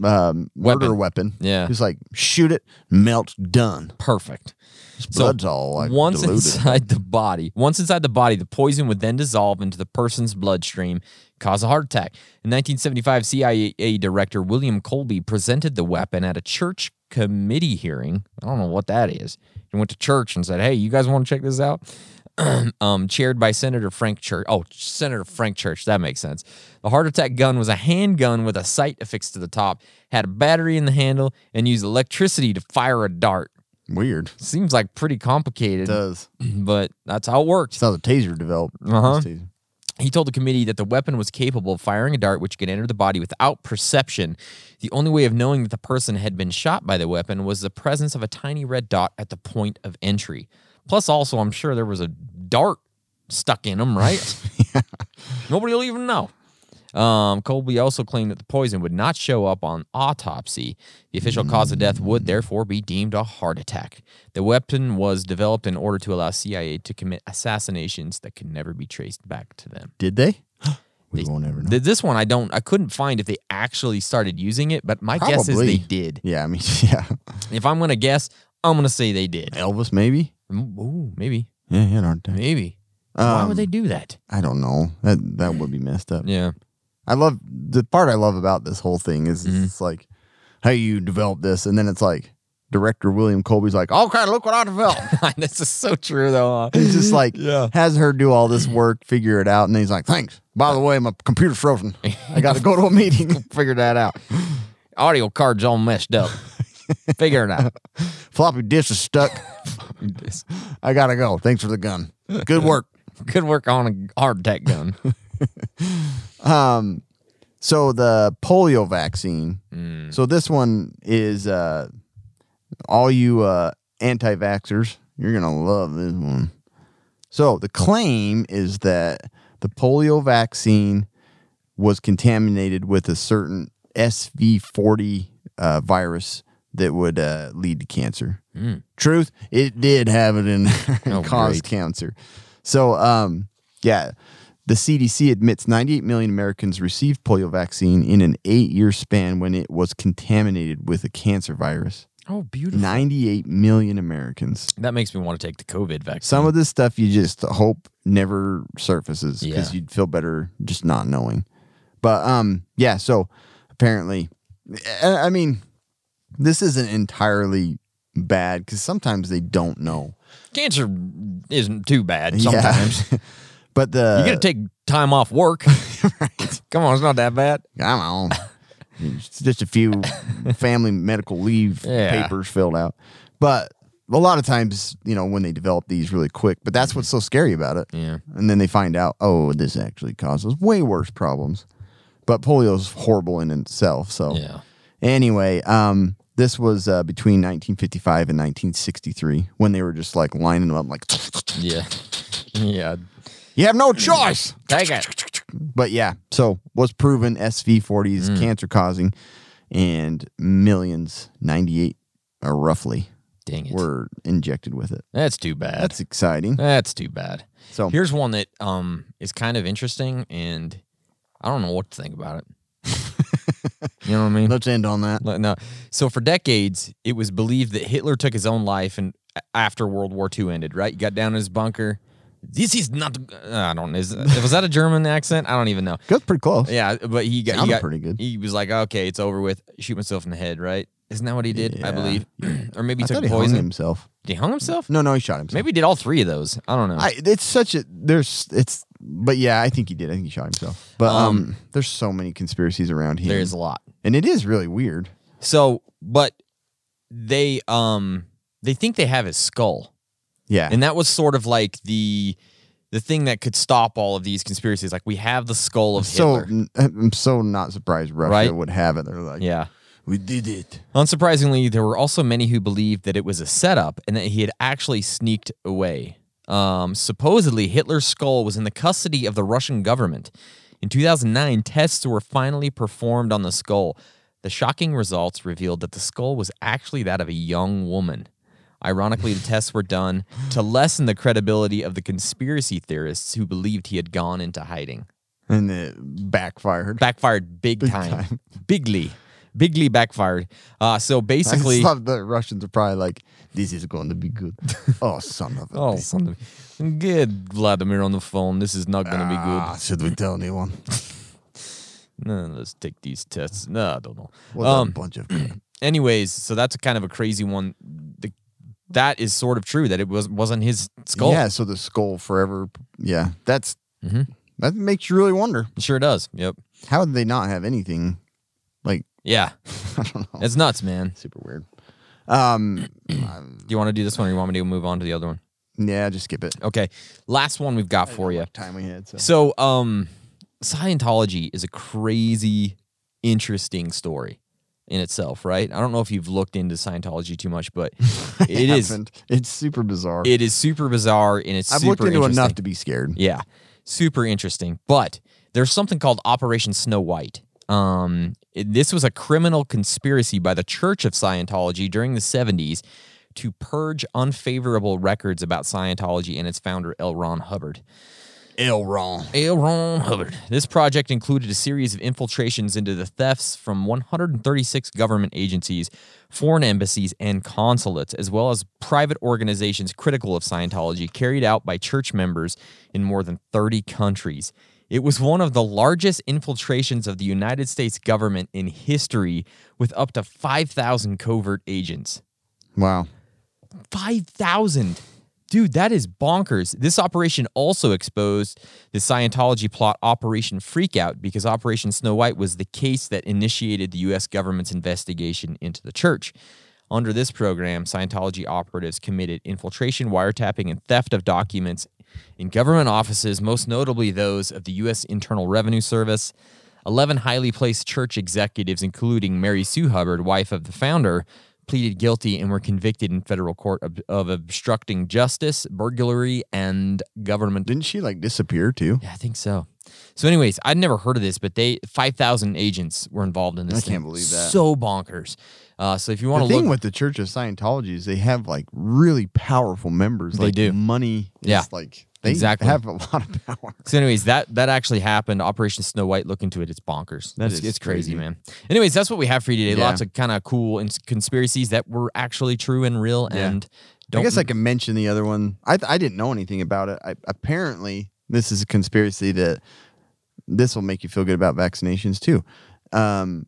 S3: um, murder
S2: Weapon.
S3: weapon.
S2: Yeah.
S3: just like shoot it, melt, done.
S2: Perfect. So
S3: Blood's all like
S2: once
S3: diluted.
S2: inside the body, once inside the body, the poison would then dissolve into the person's bloodstream, cause a heart attack. In 1975, CIA director William Colby presented the weapon at a church committee hearing. I don't know what that is. He went to church and said, "Hey, you guys want to check this out?" um, chaired by Senator Frank Church. Oh, Senator Frank Church. That makes sense. The heart attack gun was a handgun with a sight affixed to the top, had a battery in the handle, and used electricity to fire a dart.
S3: Weird.
S2: Seems like pretty complicated
S3: It does.
S2: but that's how it worked.
S3: It's how the taser developed.
S2: Uh-huh.
S3: This taser.
S2: He told the committee that the weapon was capable of firing a dart which could enter the body without perception. The only way of knowing that the person had been shot by the weapon was the presence of a tiny red dot at the point of entry. Plus, also, I'm sure there was a dart stuck in him, right? Nobody will even know. Um, Colby also claimed that the poison would not show up on autopsy. The official cause of death would therefore be deemed a heart attack. The weapon was developed in order to allow CIA to commit assassinations that could never be traced back to them.
S3: Did they? we won't ever know.
S2: Th- This one I don't I couldn't find if they actually started using it, but my guess is
S3: Probably.
S2: they did.
S3: Yeah, I mean, yeah.
S2: If I'm gonna guess, I'm gonna say they did.
S3: Elvis, maybe.
S2: Mm, Ooh, maybe.
S3: Yeah, yeah, aren't they?
S2: Maybe. Why
S3: Um,
S2: would they do that?
S3: I don't know. That that would be messed up.
S2: Yeah.
S3: I love the part I love about this whole thing is it's like how you develop this, and then it's like director William Colby's like, okay, look what I developed.
S2: this is so true though. huh?
S3: He's just like
S2: Yeah.
S3: has her do all this work, figure it out, and he's like, thanks. By the way, my computer's frozen. I got to go to a meeting.
S2: Figure that out. Audio card's all messed up. Figure it out.
S3: Floppy disk is stuck. I gotta go. Thanks for the gun. Good work.
S2: Good work on a hard attack gun.
S3: Um, so the polio vaccine. So this one is uh, all you uh, anti-vaxxers. You're gonna love this one. So the claim is that the polio vaccine was contaminated with a certain SV40 uh, virus that would uh, lead to cancer. Truth, it did have it in there and
S2: Oh,
S3: caused cancer. So, um, yeah, the CDC admits 98 million Americans received polio vaccine in an eight-year span when it was contaminated with a cancer virus.
S2: Oh, beautiful.
S3: 98 million Americans.
S2: That makes me want to take the COVID vaccine.
S3: Some of this stuff you just hope never surfaces
S2: Yeah.
S3: because you'd feel better just not knowing. But um, yeah. So apparently, eh, I I mean, this isn't entirely bad because sometimes they don't know.
S2: Cancer isn't too bad
S3: Yeah. Uh,
S2: sometimes.
S3: But the
S2: you got to take time off work. Come on, it's not that bad.
S3: come on. It's just a few family medical leave
S2: Yeah.
S3: papers filled out. But a lot of times, you know, when they develop these really quick, but that's what's so scary about it.
S2: Yeah.
S3: And then they find out, oh, this actually causes way worse problems. But polio is horrible in itself. So,
S2: Yeah.
S3: anyway, um, This was uh, between 1955 and 1963 when they were just like lining them up, like,
S2: Yeah. Yeah.
S3: you have no choice.
S2: Take it.
S3: But yeah, so was proven SV40 is
S2: Mm.
S3: cancer causing, and millions, 98 uh, roughly,
S2: Dang it.
S3: were injected with it.
S2: That's too bad.
S3: That's exciting.
S2: That's too bad.
S3: So
S2: Here's one that um is kind of interesting, and I don't know what to think about it. you know what I mean?
S3: let's end on that.
S2: Le- No. So for decades, it was believed that Hitler took his own life and after World War II ended, right? He got down in his bunker. This is not. uh, I don't. Is was that a German accent? I don't even know.
S3: That's pretty close.
S2: Yeah, but he got, he
S3: Sounded
S2: got
S3: pretty good.
S2: He was like, okay, it's over with. Shoot myself in the head, right? Isn't that what he did? I
S3: Yeah.
S2: believe, or maybe he
S3: I thought
S2: took
S3: he hung
S2: poison.
S3: himself.
S2: Did he hung himself?
S3: No, no, he shot himself.
S2: Maybe he did all three of those. I don't know.
S3: I, it's such a there's it's but yeah I think he did I think he shot himself but um,
S2: Um,
S3: there's so many conspiracies around him
S2: there is a lot.
S3: and it is really weird
S2: So, but they um they think they have his skull.
S3: yeah
S2: And that was sort of like the the thing that could stop all of these conspiracies. Like we have the skull of
S3: so
S2: Hitler.
S3: n- I'm so not surprised Russia
S2: Right?
S3: would have it they're like
S2: Yeah.
S3: we did it
S2: Unsurprisingly, there were also many who believed that it was a setup and that he had actually sneaked away. Um, supposedly, Hitler's skull was in the custody of the Russian government. In 2009, tests were finally performed on the skull. The shocking results revealed that the skull was actually that of a young woman. Ironically, the tests were done to lessen the credibility of the conspiracy theorists who believed he had gone into hiding
S3: and it backfired
S2: backfired big, time. Bigly. Bigly backfired. Uh, so basically.
S3: I love the Russians are probably like this is going to be good oh son of a
S2: Oh,
S3: bitch.
S2: son of- Get Vladimir on the phone. This is not going to be
S3: ah,
S2: good.
S3: should we tell anyone
S2: No, let's take these tests. No, I don't know.
S3: what a
S2: um,
S3: bunch of crap.
S2: anyways, so that's a kind of a crazy one. The, that is sort of true that it was wasn't his skull.
S3: yeah so the skull forever yeah that's
S2: Mhm.
S3: that makes you really wonder
S2: It sure does. Yep.
S3: how did they not have anything like
S2: Yeah,
S3: I don't know.
S2: it's nuts, man.
S3: super weird. Um,
S2: Do you want to do this one, or you want me to move on to the other one?
S3: yeah, just skip it.
S2: Okay, last one we've got for you.
S3: Time we had. So.
S2: So, um, Scientology is a crazy, interesting story in itself, right? I don't know if you've looked into Scientology too much, but it is.
S3: Happened. It's super bizarre.
S2: It is super bizarre and it's
S3: I've
S2: super
S3: looked into
S2: interesting.
S3: enough to be scared.
S2: Yeah, super interesting. But there's something called Operation Snow White. Um, it- this was a criminal conspiracy by the Church of Scientology during the 70s to purge unfavorable records about Scientology and its founder L. Ron Hubbard.
S3: L wrong.
S2: L. Ron Hubbard. This project included a series of infiltrations into the thefts from 136 government agencies, foreign embassies, and consulates, as well as private organizations critical of Scientology carried out by church members in more than 30 countries. It was one of the largest infiltrations of the United States government in history, with up to 5,000 covert agents.
S3: Wow.
S2: 5,000. Dude, that is bonkers. This operation also exposed the Scientology plot Operation Freakout because Operation Snow White was the case that initiated the U.S. government's investigation into the church. Under this program, Scientology operatives committed infiltration, wiretapping, and theft of documents in government offices, most notably those of the U.S. Internal Revenue Service. 11 highly placed church executives, including Mary Sue Hubbard, wife of the founder, pleaded guilty and were convicted in federal court of, of obstructing justice, burglary, and government.
S3: Didn't she like disappear too?
S2: Yeah, I think so. So, anyways, I'd never heard of this, but they 5,000 agents were involved in this.
S3: I can't
S2: thing.
S3: believe that.
S2: So bonkers. Uh, so, if you want
S3: The
S2: to look,
S3: thing with the Church of Scientology is they have like really powerful members.
S2: They
S3: like,
S2: do.
S3: Money. Is,
S2: Yeah.
S3: Like they
S2: Exactly.
S3: have a lot of power.
S2: So, anyways, that that actually happened. Operation Snow White. Look into it; it's bonkers.
S3: That
S2: it's,
S3: is
S2: it's crazy,
S3: crazy.
S2: man. Anyways, that's what we have for you today.
S3: Yeah.
S2: Lots of kind of cool ins- conspiracies that were actually true and real,
S3: Yeah.
S2: and don't
S3: I guess I can mention the other one. I I didn't know anything about it. I, apparently, this is a conspiracy that this will make you feel good about vaccinations too. Um,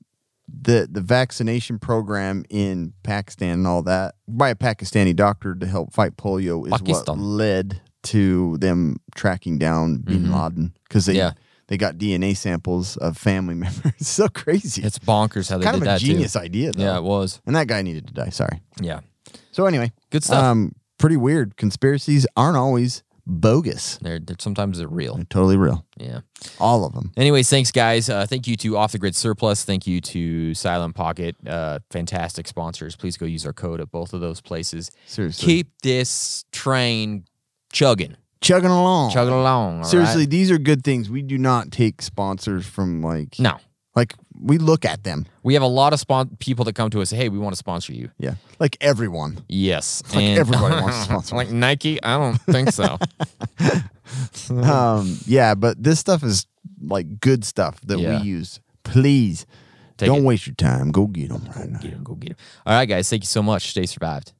S3: the the vaccination program in Pakistan and all that by a Pakistani doctor to help fight polio is
S2: Pakistan.
S3: what led to them tracking down Bin Laden because they
S2: Mm-hmm. Yeah.
S3: they got DNA samples of family members. It's so crazy.
S2: It's bonkers how they
S3: kind
S2: did
S3: of a
S2: that
S3: genius
S2: too.
S3: idea though.
S2: Yeah, it was.
S3: and that guy needed to die. Sorry.
S2: Yeah,
S3: So anyway,
S2: good stuff.
S3: um, pretty weird. Conspiracies aren't always bogus.
S2: They're, they're sometimes they're real.
S3: They're totally real.
S2: Yeah.
S3: All of them.
S2: Anyways, thanks guys. Uh, thank you to Off the Grid Surplus. Thank you to Silent Pocket. Uh, fantastic sponsors. Please go use our code at both of those places.
S3: Seriously.
S2: Keep this train chugging,
S3: chugging along.
S2: chugging along. all right?
S3: Seriously, these are good things. We do not take sponsors from like
S2: No,
S3: like we look at them.
S2: we have a lot of spon- people that come to us. Hey, we want to sponsor you.
S3: Yeah. Like everyone.
S2: Yes,
S3: Like everybody wants to sponsor
S2: like Nike. I don't think so. Mm-hmm.
S3: um yeah, but this stuff is like good stuff that
S2: Yeah.
S3: we use. Please
S2: Take
S3: don't
S2: it.
S3: waste your time. Go get them right now.
S2: Get 'em, go get 'em. All right, guys. Thank you so much. Stay survived.